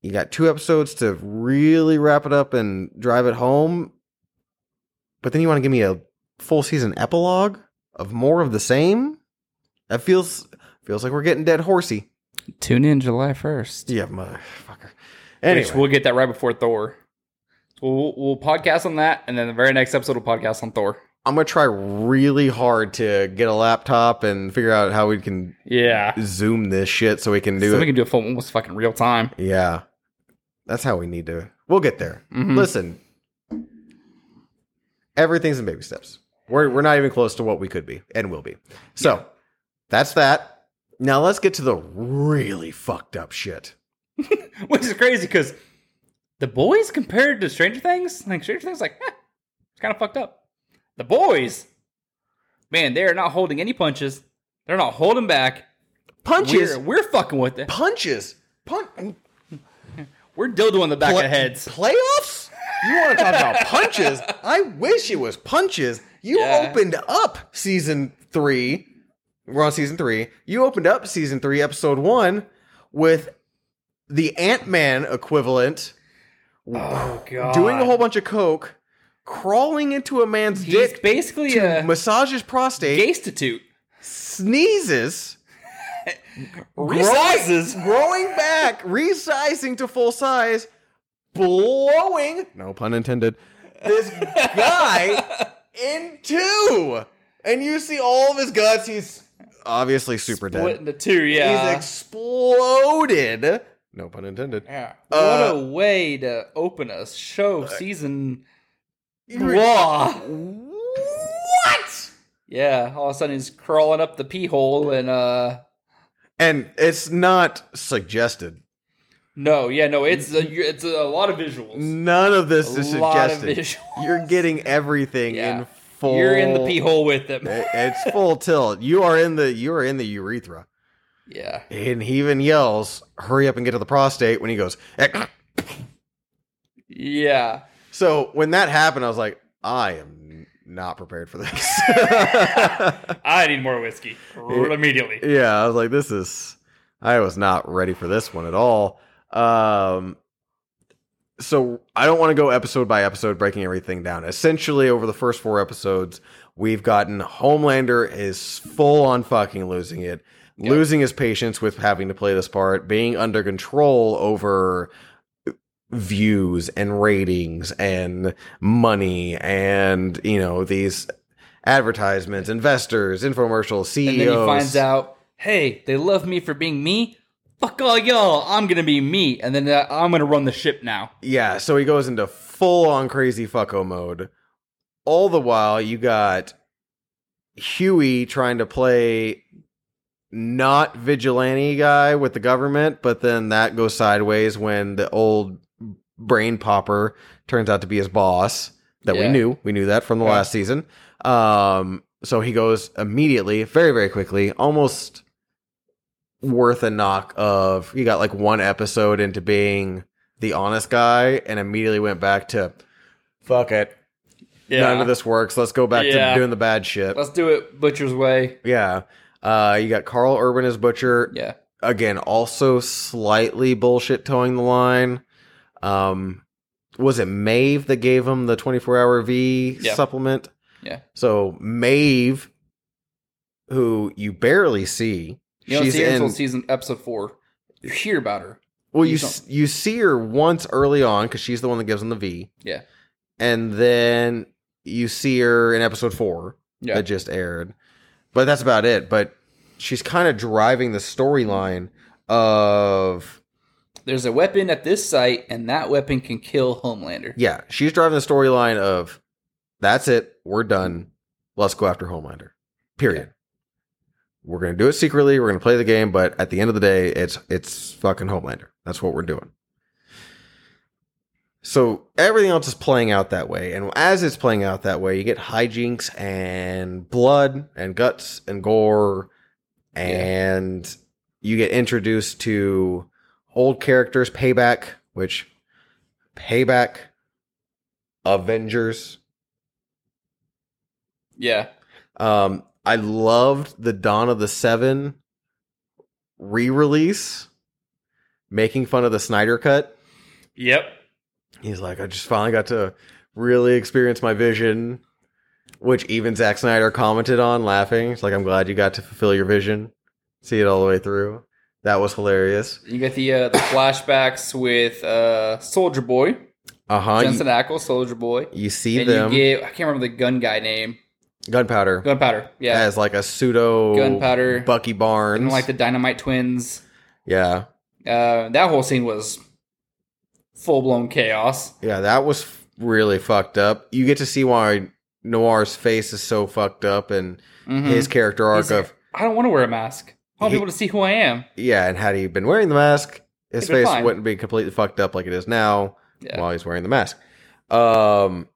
S3: You got two episodes to really wrap it up and drive it home. But then you want to give me a full season epilogue of more of the same? That feels feels like we're getting dead horsey.
S2: Tune in July 1st.
S3: Yeah, motherfucker.
S2: Which
S3: Anyway,
S2: we'll get that right before Thor. So we'll, we'll podcast on that, and then the very next episode we'll podcast on Thor.
S3: I'm gonna try really hard to get a laptop and figure out how we can
S2: Yeah.
S3: zoom this shit so we can do
S2: so
S3: it.
S2: we can do a full almost fucking real time.
S3: yeah, that's how we need to. We'll get there.
S2: Mhm.
S3: Listen, everything's in baby steps. We're we're not even close to what we could be and will be. So that's that. Now let's get to the really fucked up shit.
S2: Which is crazy because the boys compared to Stranger Things, like Stranger Things, like eh, it's kind of fucked up. The boys, man, they are not holding any punches. They're not holding back.
S3: Punches,
S2: We're, we're fucking with it.
S3: punches, punch.
S2: We're dildoing the back
S3: Pla-
S2: of heads.
S3: Playoffs? You want to talk about punches? I wish it was punches. You
S2: Yeah.
S3: opened up season three. We're on season three. You opened up season three, episode one, with the Ant Man equivalent
S2: Oh god,
S3: doing a whole bunch of coke, crawling into a man's
S2: He's
S3: dick,
S2: basically a
S3: massages prostate,
S2: gaystitute.
S3: sneezes,
S2: Resizes.
S3: growing, growing back, resizing to full size, blowing, no pun intended, this guy in two. And you see all of his guts. He's obviously super
S2: Split
S3: dead.
S2: into two, yeah.
S3: He's exploded. No pun intended.
S2: yeah.
S3: Uh,
S2: what a way to open a show season. Blah.
S3: What?
S2: Yeah, all of a sudden he's crawling up the pee hole and uh
S3: And it's not suggested.
S2: no, yeah, no, it's a, you- it's a lot of visuals.
S3: None of this is
S2: A lot of
S3: suggested.
S2: visuals.
S3: You're getting everything
S2: Yeah.
S3: in full. eh.
S2: You're in the pee hole with him.
S3: It- it's full tilt. You are in the you are in the urethra,
S2: Yeah.
S3: and he even yells, "Hurry up and get to the prostate!" When he goes, "Eck."
S2: Yeah.
S3: so when that happened, I was like, "I am not prepared for this."
S2: I need more whiskey
S3: Eh,
S2: r- immediately.
S3: yeah, I was like, "This is," I was not ready for this one at all. Um, so I don't want to go episode by episode breaking everything down. Essentially, over the first four episodes, we've gotten Homelander is full on fucking losing it, losing his patience with having to play this part, being under control over views and ratings and money and you know these advertisements, investors, infomercials, E CEOs.
S2: And then he finds out, "Hey, they love me for being me. Fuck all y'all. I'm going to be me and then uh, I'm going to run the ship now."
S3: Yeah, so he goes into full on crazy fucko mode. All the while, you got Huey trying to play not vigilante guy with the government, but then that goes sideways when the old brain popper turns out to be his boss that we
S2: Yeah.
S3: knew. We knew that from the
S2: Yeah.
S3: last season. Um, so he goes immediately, very, very quickly, almost worth a knock of he got like one episode into being the honest guy and immediately went back to fuck it.
S2: Yeah.
S3: None of this works. Let's go back
S2: Yeah.
S3: to doing the bad shit.
S2: Let's do it Butcher's way.
S3: yeah. Uh, you got Carl Urban as Butcher
S2: Yeah.
S3: again also slightly bullshit towing the line um was it Maeve that gave him the 24 hour V
S2: Yeah.
S3: supplement
S2: Yeah.
S3: so Maeve who you barely see
S2: You don't see her until season episode 4. You hear about her.
S3: well
S2: you
S3: you s- you see her once early on cuz she's the one that gives him the V
S2: Yeah.
S3: and then you see her in episode 4
S2: Yeah.
S3: that just aired. But that's about it. But she's kind of driving the storyline of
S2: there's a weapon at this site, and that weapon can kill Homelander.
S3: Yeah, she's driving the storyline of That's it. We're done. Let's go after Homelander. Period. We're gonna do it secretly. We're gonna play the game, but at the end of the day, it's it's fucking Homelander. That's what we're doing. So everything else is playing out that way, and as it's playing out that way, you get hijinks and blood and guts and gore, and you get introduced to old characters, Payback, which Payback, Avengers.
S2: Yeah.
S3: Um, I loved the Dawn of the Seven re-release, making fun of the Snyder cut.
S2: Yep.
S3: He's like, I just finally got to really experience my vision, which even Zack Snyder commented on, laughing. It's like, I'm glad you got to fulfill your vision, see it all the way through. That was hilarious.
S2: You get the uh, the flashbacks with uh, Soldier Boy,
S3: Uh huh.
S2: Jensen
S3: You,
S2: Ackles, Soldier Boy,
S3: you see
S2: and
S3: them
S2: you get I can't remember the gun guy name.
S3: gunpowder
S2: Gunpowder. Yeah.
S3: as like a pseudo
S2: Gunpowder.
S3: Bucky Barnes.
S2: and like the Dynamite Twins.
S3: yeah,
S2: Uh, that whole scene was full blown chaos.
S3: yeah, that was f- really fucked up. You get to see why Noir's face is so fucked up and
S2: Mhm.
S3: his character arc
S2: He's like,
S3: of
S2: I don't want to wear a mask. I want
S3: He-
S2: people to see who I am.
S3: yeah, and had he been wearing the mask, his
S2: It'd been
S3: face
S2: fine.
S3: wouldn't be completely fucked up like it is now
S2: Yeah.
S3: while he's wearing the mask. Um,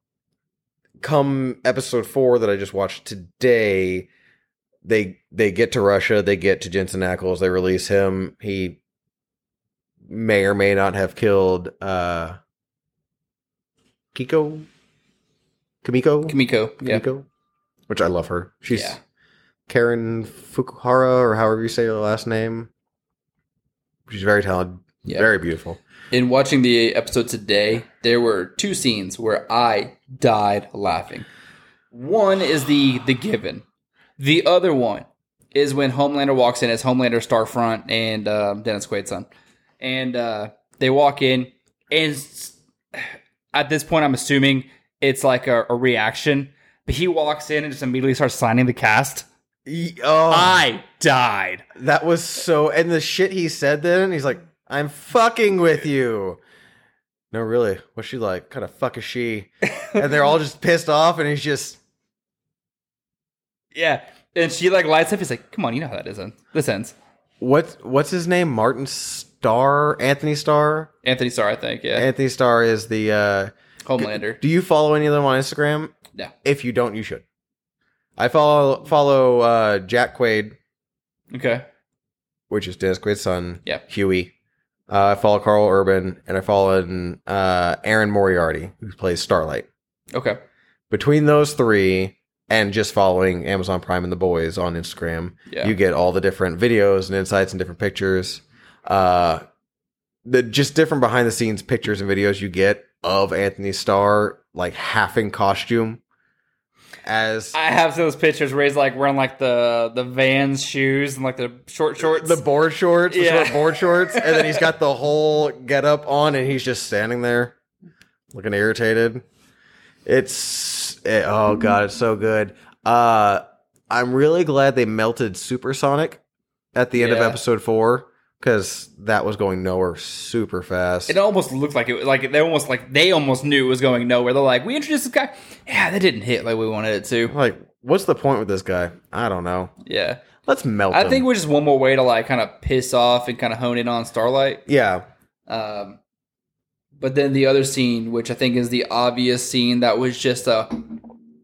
S3: come episode four that I just watched today, they they get to Russia, they get to Jensen Ackles, they release him. He may or may not have killed uh Kiko, Kamiko,
S2: Kamiko. Yeah.
S3: Kamiko, which I love her. She's
S2: Yeah.
S3: Karen Fukuhara or however you say her last name. She's very talented,
S2: Yeah.
S3: very beautiful.
S2: In watching the episode today, there were two scenes where I died laughing. One is the the given. The other one is when Homelander walks in as Homelander Starfront and um, Dennis Quaid's son, and uh, they walk in, and s- at this point, I'm assuming it's like a, a reaction. But he walks in and just immediately starts signing the cast.
S3: Y- Oh,
S2: I died.
S3: that was so. And the shit he said then, he's like, "I'm fucking with you." No, really, what's she like? Kind of fuck is she? and they're all just pissed off, and he's just
S2: Yeah, and she like lights up. He's like, "Come on, you know how that is. uh, This ends."
S3: what? What's his name? Martin Starr, Anthony Starr.
S2: Anthony Starr, I think. Yeah,
S3: Anthony Starr is the. uh
S2: Homelander.
S3: Do you follow any of them on Instagram?
S2: No.
S3: If you don't, you should. I follow follow uh, Jack Quaid,
S2: Okay.
S3: which is Dennis Quaid's son.
S2: Yeah.
S3: Huey. Uh, I follow Carl Urban, and I follow uh, Aaron Moriarty, who plays Starlight.
S2: Okay.
S3: Between those three, and just following Amazon Prime and the boys on Instagram,
S2: Yeah.
S3: you get all the different videos and insights and different pictures. Uh, the just different behind the scenes pictures and videos you get of Anthony Starr, like half in costume as
S2: I have those pictures where he's like wearing like the the Vans shoes and like the short shorts.
S3: the board shorts, the
S2: Yeah.
S3: short board shorts, and then he's got the whole get up on, and he's just standing there looking irritated. It's it- oh
S2: Mm-hmm.
S3: god, it's so good. Uh, I'm really glad they melted Supersonic at the end of
S2: Yeah.
S3: episode four because that was going nowhere super fast.
S2: it almost looked like it was like they almost like they almost knew it was going nowhere. They're like, we introduced this guy. Yeah, that didn't hit like we wanted it to.
S3: like, what's the point with this guy? I don't know.
S2: Yeah,
S3: Let's melt.
S2: I
S3: him.
S2: think we're just one more way to like kind of piss off and kind of hone in on Starlight.
S3: yeah,
S2: Um, but then the other scene, which I think is the obvious scene, that was just a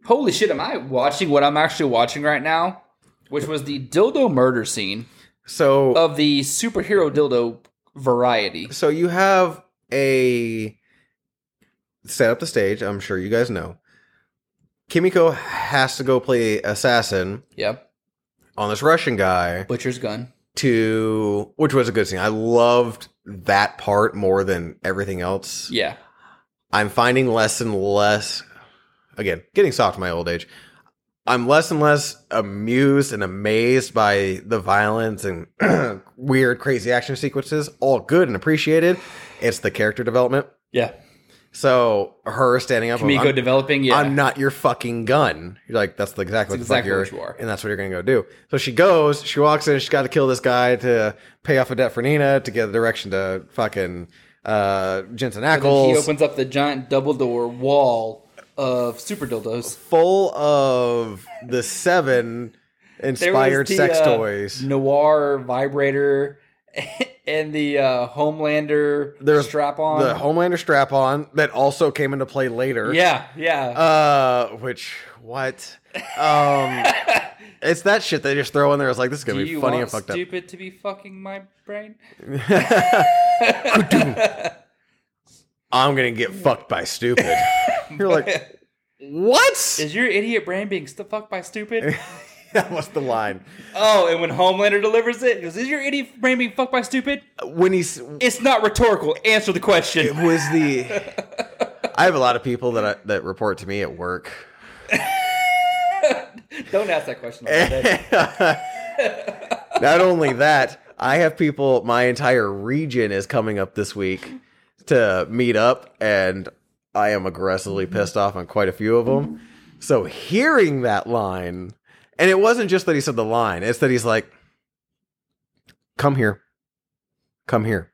S2: holy shit. Am I watching what I'm actually watching right now? Which was the dildo murder scene.
S3: so
S2: of the superhero dildo variety.
S3: So you have a set up the stage. I'm sure you guys know. Kimiko has to go play assassin
S2: Yeah.
S3: on this Russian guy
S2: Butcher's gun.
S3: to, which was a good scene. I loved that part more than everything else.
S2: Yeah.
S3: I'm finding less and less, again, getting soft in my old age. I'm less and less amused and amazed by the violence and weird, crazy action sequences. All good and appreciated. It's the character development.
S2: Yeah.
S3: So her standing up,
S2: Kamiko
S3: I'm,
S2: developing. Yeah.
S3: I'm not your fucking gun. You're like, that's exactly,
S2: That's
S3: what, the fuck
S2: exactly
S3: you're,
S2: what you are.
S3: and that's what you're gonna go do. So she goes, she walks in, she's got to kill this guy to pay off a debt for Nina to get a direction to fucking uh, Jensen
S2: and then
S3: Ackles.
S2: he opens up the giant double door wall of super dildos.
S3: full of the seven
S2: There was
S3: inspired
S2: the,
S3: sex
S2: uh,
S3: toys.
S2: Noir vibrator and the uh, Homelander
S3: There's
S2: strap on.
S3: The Homelander strap on that also came into play later.
S2: yeah, yeah.
S3: Uh, which what? Um, it's that shit they just throw in there. It's like this is
S2: Do
S3: gonna be
S2: you
S3: funny
S2: want
S3: and fucked up.
S2: stupid to be fucking my brain?
S3: I'm gonna get fucked by stupid. You're like, what?
S2: Is your idiot brain being stu- fucked by stupid?
S3: that was the line
S2: oh, and when Homelander delivers it, he goes, "Is your idiot brain being fucked by stupid?"
S3: when he's
S2: It's not rhetorical. Answer the
S3: it
S2: question.
S3: was the i have a lot of people that I, that report to me at work
S2: Don't ask that question. on that day.
S3: not only that i have people my entire region is coming up this week to meet up and i am aggressively
S2: Mm-hmm.
S3: pissed off on quite a few of them so hearing that line and it wasn't just that he said the line it's that he's like come here come here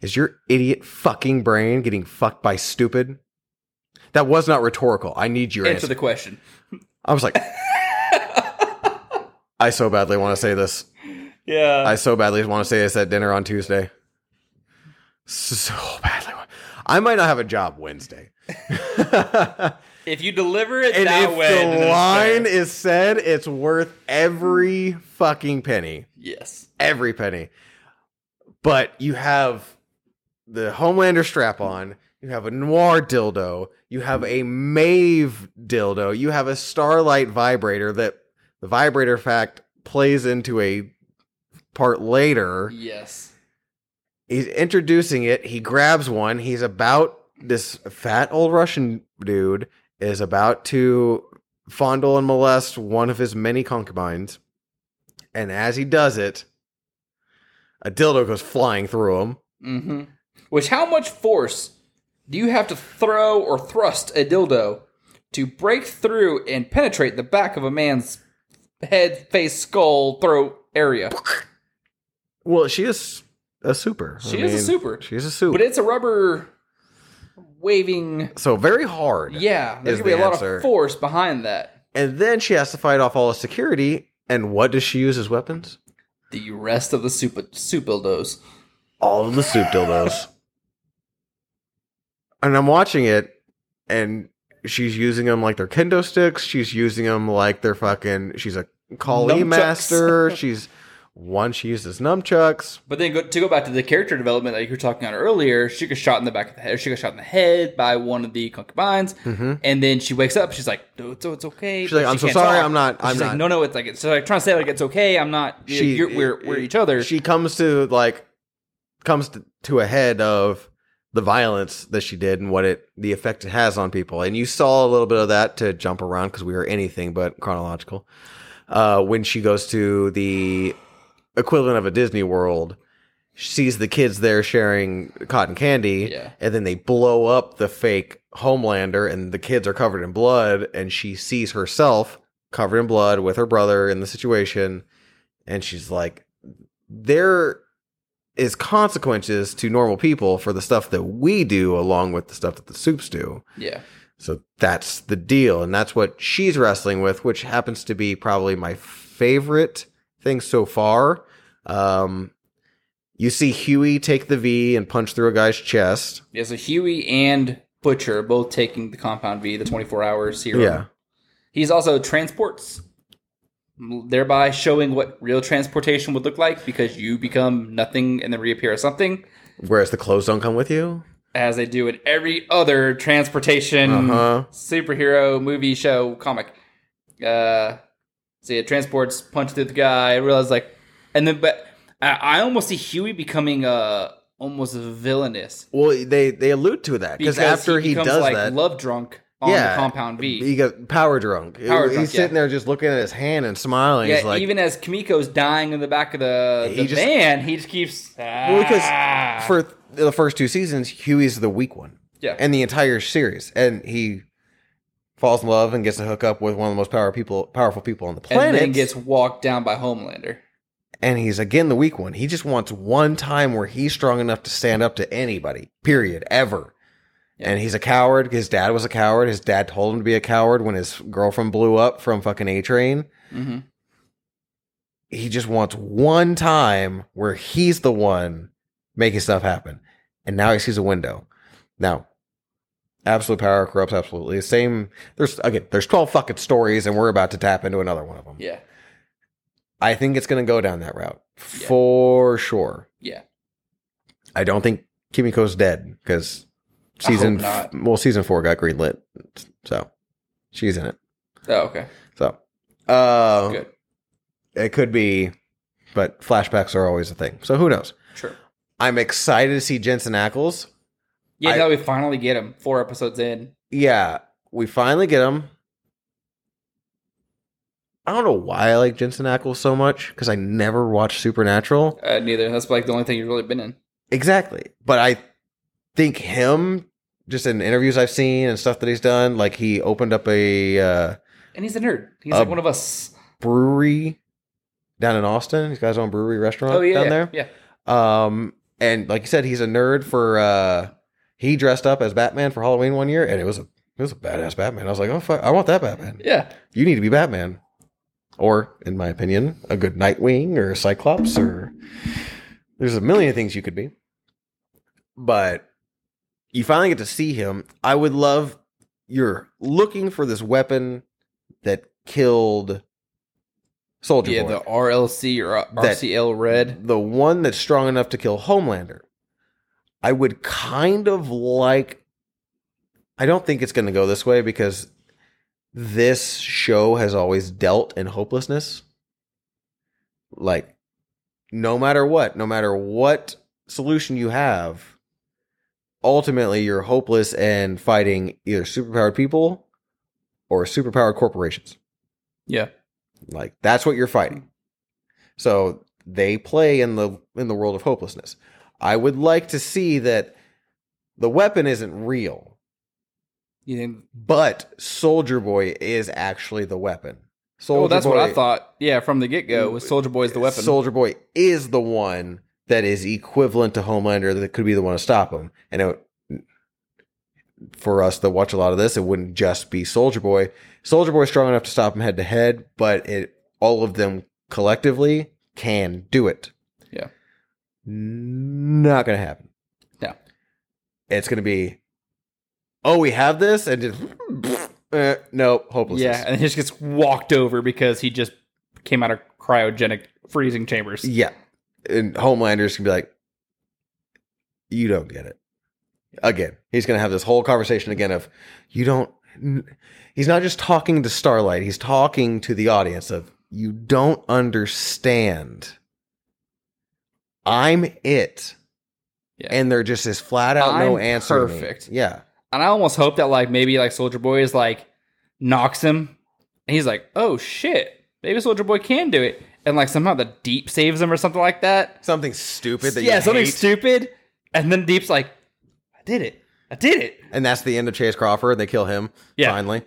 S3: is your idiot fucking brain getting fucked by stupid that was not rhetorical i need your
S2: Answer
S3: answer
S2: the question.
S3: I was like, I so badly want to say this.
S2: Yeah.
S3: I so badly want to say this at dinner on Tuesday. So badly. wa- I might not have a job Wednesday. and
S2: if you deliver it that
S3: if
S2: way, then
S3: the
S2: it's
S3: line
S2: fair.
S3: is said, it's worth every fucking penny.
S2: yes.
S3: Every penny. But you have the Homelander strap on, you have a noir dildo, you have a Mave dildo, you have a Starlight vibrator that the vibrator fact plays into a part later.
S2: Yes.
S3: He's introducing it, he grabs one, he's about this fat old Russian dude is about to fondle and molest one of his many concubines. And as he does it, a dildo goes flying through him.
S2: Mm-hmm. Which how much force do you have to throw or thrust a dildo to break through and penetrate the back of a man's head, face, skull, throat area?
S3: Well, she is a super.
S2: She is a super.
S3: She's a super.
S2: But it's a rubber waving.
S3: so very hard.
S2: Yeah,
S3: Is
S2: there's gonna be
S3: the
S2: a lot
S3: answer.
S2: of force behind that.
S3: And then she has to fight off all the security. And what does she use as weapons?
S2: The rest of the super soup dildos.
S3: All of the soup dildos. and I'm watching it, and she's using them like they're kendo sticks. She's using them like they're fucking. She's a Kali
S2: Nunchucks.
S3: master. she's one. She uses nunchucks.
S2: But then go, to go back to the character development that you were talking on earlier, she got shot in the back of the head. She got shot in the head by one of the concubines, and then she wakes up. She's like, "No, it's, it's okay."
S3: Mm-hmm. She's
S2: but
S3: like, "I'm
S2: she
S3: so
S2: can't
S3: sorry, I'm not-
S2: And
S3: I'm
S2: she's
S3: not."
S2: Like, no, no, it's like it's like trying to say like it's okay. I'm not.
S3: She-
S2: you're, we're we're each other.
S3: She comes to like comes to, to a head of the violence that she did and what it the effect it has on people. And you saw a little bit of that to jump around because we were anything but chronological. Uh, when she goes to the equivalent of a Disney World, she sees the kids there sharing cotton candy,
S2: Yeah.
S3: and then they blow up the fake Homelander, and the kids are covered in blood, and she sees herself covered in blood with her brother in the situation, and she's like, there is consequences to normal people for the stuff that we do along with the stuff that the soups do.
S2: yeah,
S3: So that's the deal. And that's what she's wrestling with, which happens to be probably my favorite thing so far. Um, you see Huey take the V and punch through a guy's chest.
S2: yeah. So Huey and Butcher are both taking the compound V, the 24 hour serum. He's also transports, thereby showing what real transportation would look like because you become nothing and then reappear as something,
S3: Whereas the clothes don't come with you.
S2: as they do in every other transportation
S3: Uh-huh.
S2: superhero movie, show, comic. Uh, so yeah, transports, punch through the guy, realize like, and then but I, I almost see Huey becoming uh almost villainous
S3: Well, they, they allude to that because after he,
S2: becomes,
S3: does
S2: like
S3: that,
S2: love drunk on the compound V.
S3: he got power drunk.
S2: Power
S3: he's
S2: drunk,
S3: sitting
S2: yeah.
S3: there just looking at his hand and smiling.
S2: Yeah,
S3: he's like,
S2: even as Kamiko's dying in the back of the,
S3: He
S2: the
S3: just-
S2: van, he just keeps.
S3: Well, because
S2: "Ah."
S3: for th- the first two seasons, Huey's the weak one.
S2: Yeah.
S3: And the entire series. And he falls in love and gets to hook up with one of the most power people, powerful people on the
S2: and
S3: planet.
S2: then gets walked down by Homelander.
S3: and he's again the weak one. He just wants one time where he's strong enough to stand up to anybody, period, ever. And he's a coward. His dad was a coward. His dad told him to be a coward when his girlfriend blew up from fucking A Train.
S2: hmm
S3: He just wants one time where he's the one making stuff happen. And now he sees a window. Now, absolute power corrupts absolutely. Same. There's again. There's twelve fucking stories, and we're about to tap into another one of them.
S2: Yeah.
S3: I think it's going to go down that route
S2: Yeah.
S3: for sure.
S2: Yeah.
S3: I don't think Kimiko's dead because
S2: I hope
S3: season
S2: not.
S3: well season four got greenlit, so she's in it.
S2: Oh, okay.
S3: So uh,
S2: Good.
S3: it could be, but flashbacks are always a thing. So who knows?
S2: Sure.
S3: I'm excited to see Jensen Ackles.
S2: Yeah,
S3: I-
S2: now we finally get him. Four episodes in.
S3: Yeah, we finally get him. I don't know why I like Jensen Ackles so much because I never watched Supernatural.
S2: Uh, neither. That's like the only thing you've really been in.
S3: Exactly. But I think him, just in interviews I've seen and stuff that he's done, like he opened up a uh,
S2: And he's a nerd. He's
S3: Uh,
S2: like one of us.
S3: brewery down in Austin. He's got his own brewery restaurant
S2: Oh yeah.
S3: uh, down
S2: yeah,
S3: there.
S2: Yeah.
S3: Um, and like you said, he's a nerd for. Uh, he dressed up as Batman for Halloween one year, and it was a it was a badass Batman. I was like, oh fuck, I want that Batman.
S2: Yeah.
S3: You need to be Batman, or in my opinion, a good Nightwing or a Cyclops or there's a million things you could be. But you finally get to see him. I would love you're looking for this weapon that killed Soldier
S2: Yeah,
S3: Boy
S2: the RLC or uh,
S3: That-
S2: RCL Red.
S3: the one that's strong enough to kill Homelander. I would kind of like. I don't think it's going to go this way because this show has always dealt in hopelessness. Like, no matter what, no matter what solution you have, ultimately you're hopeless and fighting either superpowered people or superpowered corporations.
S2: Yeah.
S3: Like that's what you're fighting. So they play in the in the world of hopelessness. I would like to see that the weapon isn't real,
S2: You think?
S3: but Soldier Boy is actually the weapon. Soldier
S2: Well, Oh, that's what I thought. Yeah, from the get go, was Soldier Boy's the weapon.
S3: Soldier Boy is the one that is equivalent to Homelander that could be the one to stop him. And it, for us that watch a lot of this, it wouldn't just be Soldier Boy. Soldier Boy is strong enough to stop him head to head, but it all of them collectively can do it.
S2: Yeah.
S3: Not gonna happen.
S2: No.
S3: It's gonna be oh we have this and just eh, nope, hopeless.
S2: yeah, and he just gets walked over because he just came out of cryogenic freezing chambers.
S3: Yeah. And Homelander's gonna be like, you don't get it. Again, he's gonna have this whole conversation again of, you don't. n- He's not just talking to Starlight. He's talking to the audience of, you don't understand. I'm it.
S2: Yeah.
S3: And they're just this flat out no
S2: I'm
S3: answer. to me.
S2: perfect.
S3: Yeah.
S2: And I almost hope that like maybe like Soldier Boy is like knocks him, and he's like, "Oh shit, maybe Soldier Boy can do it," and like somehow the Deep saves him or something like that.
S3: Something stupid that
S2: yeah, something
S3: stupid.
S2: stupid, and then Deep's like, "I did it, I did it."
S3: And that's the end of Chase Crawford. They kill him
S2: Yeah.
S3: finally.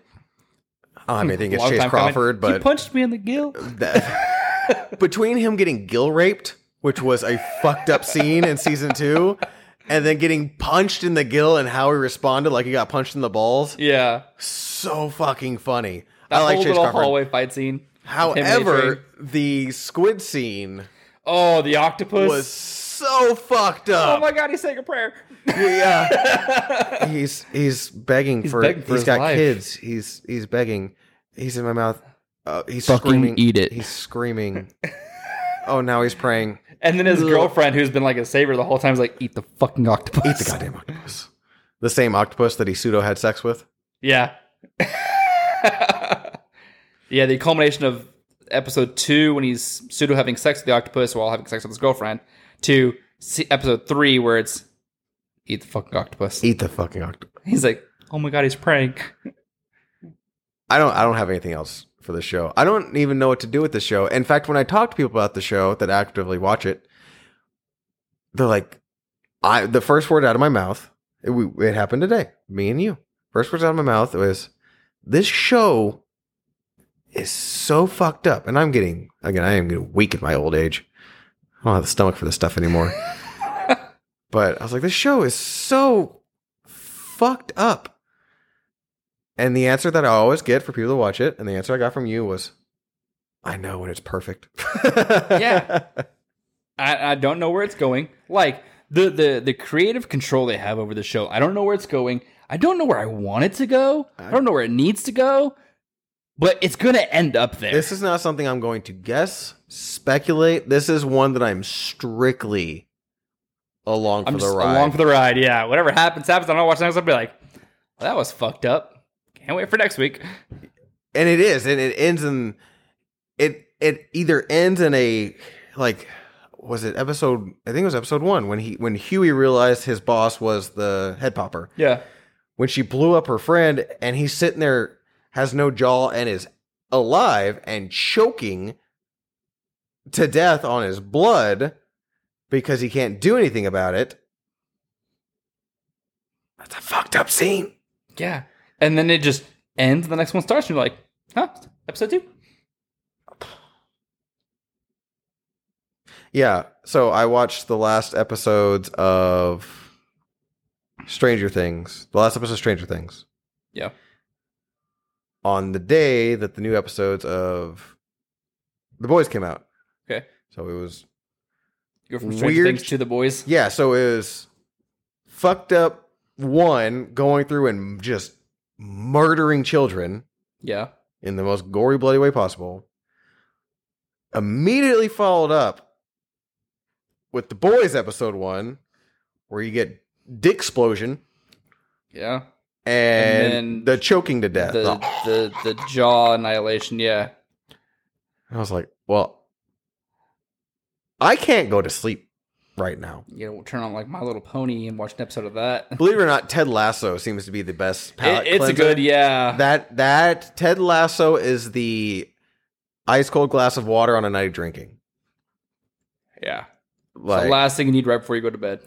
S3: I mean, I think it's
S2: Long
S3: Chase
S2: time coming.
S3: Crawford,
S2: you
S3: but
S2: punched me in the gill.
S3: that- between him getting gill raped, which was a fucked up scene in season two, and then getting punched in the gill and how he responded like he got punched in the balls,
S2: Yeah,
S3: so fucking funny.
S2: that
S3: I like
S2: whole
S3: Chase
S2: little
S3: Crawford.
S2: hallway fight scene.
S3: However, the squid scene
S2: Oh, the octopus.
S3: was so fucked
S2: oh
S3: up.
S2: my god, he's saying a prayer.
S3: yeah, he's he's begging for
S2: begging for
S3: he's
S2: his
S3: got
S2: life.
S3: kids. He's he's begging. He's in my mouth. Uh, he's
S2: Fucking
S3: screaming.
S2: eat it.
S3: He's screaming. oh, now he's praying.
S2: And then his girlfriend, who's been like a savior the whole time, is like, "Eat the fucking octopus."
S3: Eat the goddamn octopus. The same octopus that he pseudo had sex with.
S2: Yeah. yeah, the culmination of episode two when he's pseudo having sex with the octopus while having sex with his girlfriend, to se- episode three where it's eat the fucking octopus.
S3: Eat the fucking octopus.
S2: He's like, oh my god, he's praying.
S3: I don't. I don't have anything else for this show. I don't even know what to do with this show. In fact, when I talk to people about the show that actively watch it, they're like, "I." The first word out of my mouth. It, we, it happened today. Me and you. First words out of my mouth was, "This show is so fucked up." And I'm getting again. I am getting weak in my old age. I don't have the stomach for this stuff anymore. but I was like, "This show is so fucked up. And the answer that I always get for people to watch it, and the answer I got from you was, I know when it's perfect.
S2: Yeah. I, I don't know where it's going. Like the the the creative control they have over the show. I don't know where it's going. I don't know where I want it to go. I don't know where it needs to go. But it's gonna end up there.
S3: This is not something I'm going to guess, speculate. This is one that I'm strictly along
S2: I'm
S3: for
S2: just
S3: the ride.
S2: along for the ride. Yeah, whatever happens, happens. I don't know. Watch next. I'll be like, well, that was fucked up. Can't wait for next week.
S3: and it is, and it ends in it. It either ends in a like, was it episode? I think it was episode one when he when Huey realized his boss was the head popper.
S2: Yeah,
S3: when she blew up her friend and he's sitting there has no jaw and is alive and choking to death on his blood because he can't do anything about it that's a fucked up scene
S2: yeah. And then it just ends. And the next one starts, and you're like, huh? Episode two.
S3: yeah so i watched the last episodes of stranger things the last episode of stranger things
S2: Yeah.
S3: on the day that the new episodes of the boys came out
S2: Okay.
S3: so it was
S2: You go from Stranger
S3: Weird-
S2: Things to The Boys.
S3: Yeah, so it was fucked up one going through and just murdering children
S2: Yeah.
S3: in the most gory, bloody way possible. Immediately followed up with the boys episode one, where you get dick explosion
S2: Yeah.
S3: and,
S2: then
S3: the choking to death.
S2: The the the jaw annihilation. Yeah.
S3: I was like, well, I can't go to sleep right now.
S2: You know, turn on like My Little Pony and watch an episode of that. It-
S3: Believe it or not, Ted Lasso seems to be the best. palate
S2: it's a
S3: cleanser.
S2: good yeah.
S3: that that Ted Lasso is the ice cold glass of water on a night of drinking.
S2: yeah. It's the
S3: Like uh,
S2: last thing you need right before you go to bed.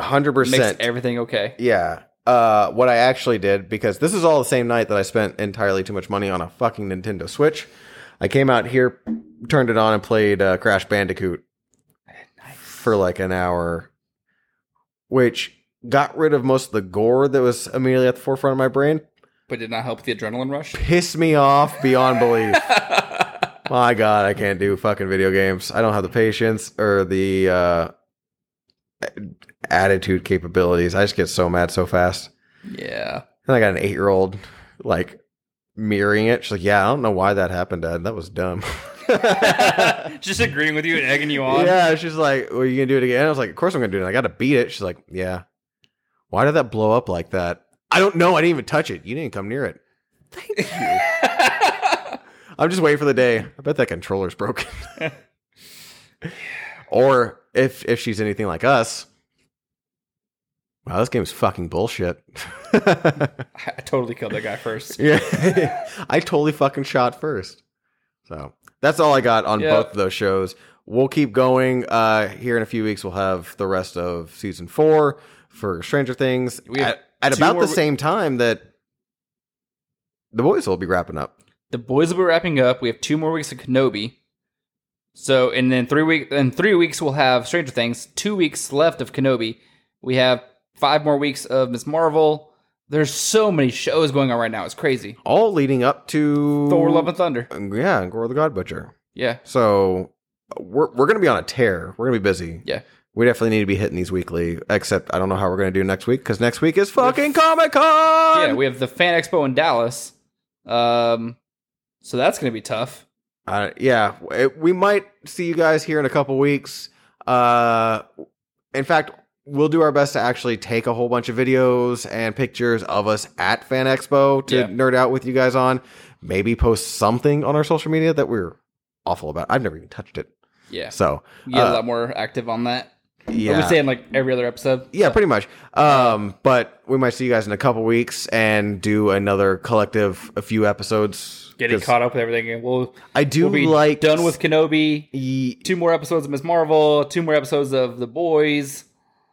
S3: hundred
S2: Makes
S3: percent.
S2: everything okay.
S3: Yeah. Uh, what I actually did because this is all the same night that I spent entirely too much money on a fucking Nintendo Switch. I came out here, turned it on, and played uh, Crash Bandicoot for like an hour, which got rid of most of the gore that was immediately at the forefront of my brain.
S2: But did not help with the adrenaline rush.
S3: Pissed me off beyond belief. My God, I can't do fucking video games. I don't have the patience or the uh, attitude capabilities. I just get so mad so fast.
S2: yeah.
S3: And I got an eight year old like mirroring it. She's like, "Yeah, I don't know why that happened, Dad. That was dumb."
S2: Just agreeing with you and egging you on.
S3: yeah, she's like, "Well, you gonna do it again?" I was like, "Of course I'm gonna do it. I got to beat it." She's like, "Yeah, why did that blow up like that?" I don't know. I didn't even touch it. You didn't come near it. I'm just waiting for the day. I bet that controller's broken. or if if she's anything like us, wow, this game's fucking bullshit.
S2: I totally killed that guy first.
S3: yeah, I totally fucking shot first. So that's all I got on
S2: Yeah.
S3: both of those shows. We'll keep going. Uh, here in a few weeks, we'll have the rest of season four for Stranger Things.
S2: We have
S3: at, at
S2: two
S3: about
S2: more
S3: the
S2: we-
S3: same time that the boys will be wrapping up.
S2: The boys will be wrapping up. We have two more weeks of Kenobi. So and then three week in three weeks we'll have Stranger Things. Two weeks left of Kenobi. We have five more weeks of Miss Marvel. There's so many shows going on right now. It's crazy.
S3: all leading up to
S2: Thor: Love and Thunder.
S3: yeah, and Gore the God Butcher.
S2: Yeah,
S3: So we're we're gonna be on a tear. We're gonna be busy.
S2: Yeah.
S3: we definitely need to be hitting these weekly. Except I don't know how we're gonna do next week because next week is fucking Comic Con.
S2: yeah. We have the Fan Expo in Dallas. Um, so that's gonna be tough.
S3: uh, yeah, it- we might see you guys here in a couple weeks. Uh, in fact, we'll do our best to actually take a whole bunch of videos and pictures of us at Fan Expo to
S2: Yeah.
S3: nerd out with you guys on. Maybe post something on our social media that we're awful about. I've never even touched it.
S2: Yeah,
S3: So
S2: you get
S3: uh,
S2: a lot more active on that. Yeah.
S3: yeah,
S2: We're saying like every other episode.
S3: yeah, pretty much. Um, but we might see you guys in a couple weeks and do another collective, a few episodes.
S2: Getting
S3: 'Cause
S2: caught up with everything, and we'll
S3: I do
S2: we'll be
S3: like
S2: done with Kenobi.
S3: ye-
S2: Two more episodes of Miss Marvel. Two more episodes of The Boys.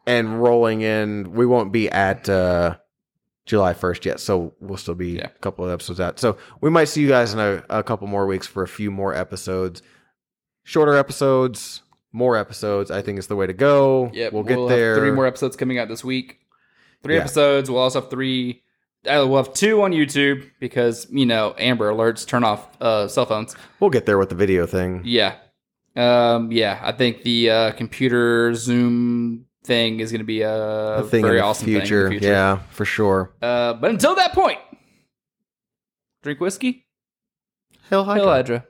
S3: and rolling in. We won't be at uh, July first yet, so we'll still be
S2: Yeah.
S3: a couple of episodes out. So we might see you guys in a, a couple more weeks for a few more episodes, shorter episodes, more episodes. I think is the way to go.
S2: Yep,
S3: we'll get
S2: have
S3: there.
S2: three more episodes coming out this week. Three
S3: Yeah.
S2: episodes. We'll also have three. Uh, we'll have two on YouTube because you know Amber Alerts turn off uh, cell phones.
S3: We'll get there with the video thing.
S2: Yeah, um, yeah. I think the uh, computer Zoom thing is going to be a
S3: The thing
S2: very
S3: in the
S2: awesome
S3: future.
S2: thing in the future.
S3: Yeah, for sure.
S2: Uh, but until that point, drink whiskey.
S3: Hell,
S2: Hail Hydra.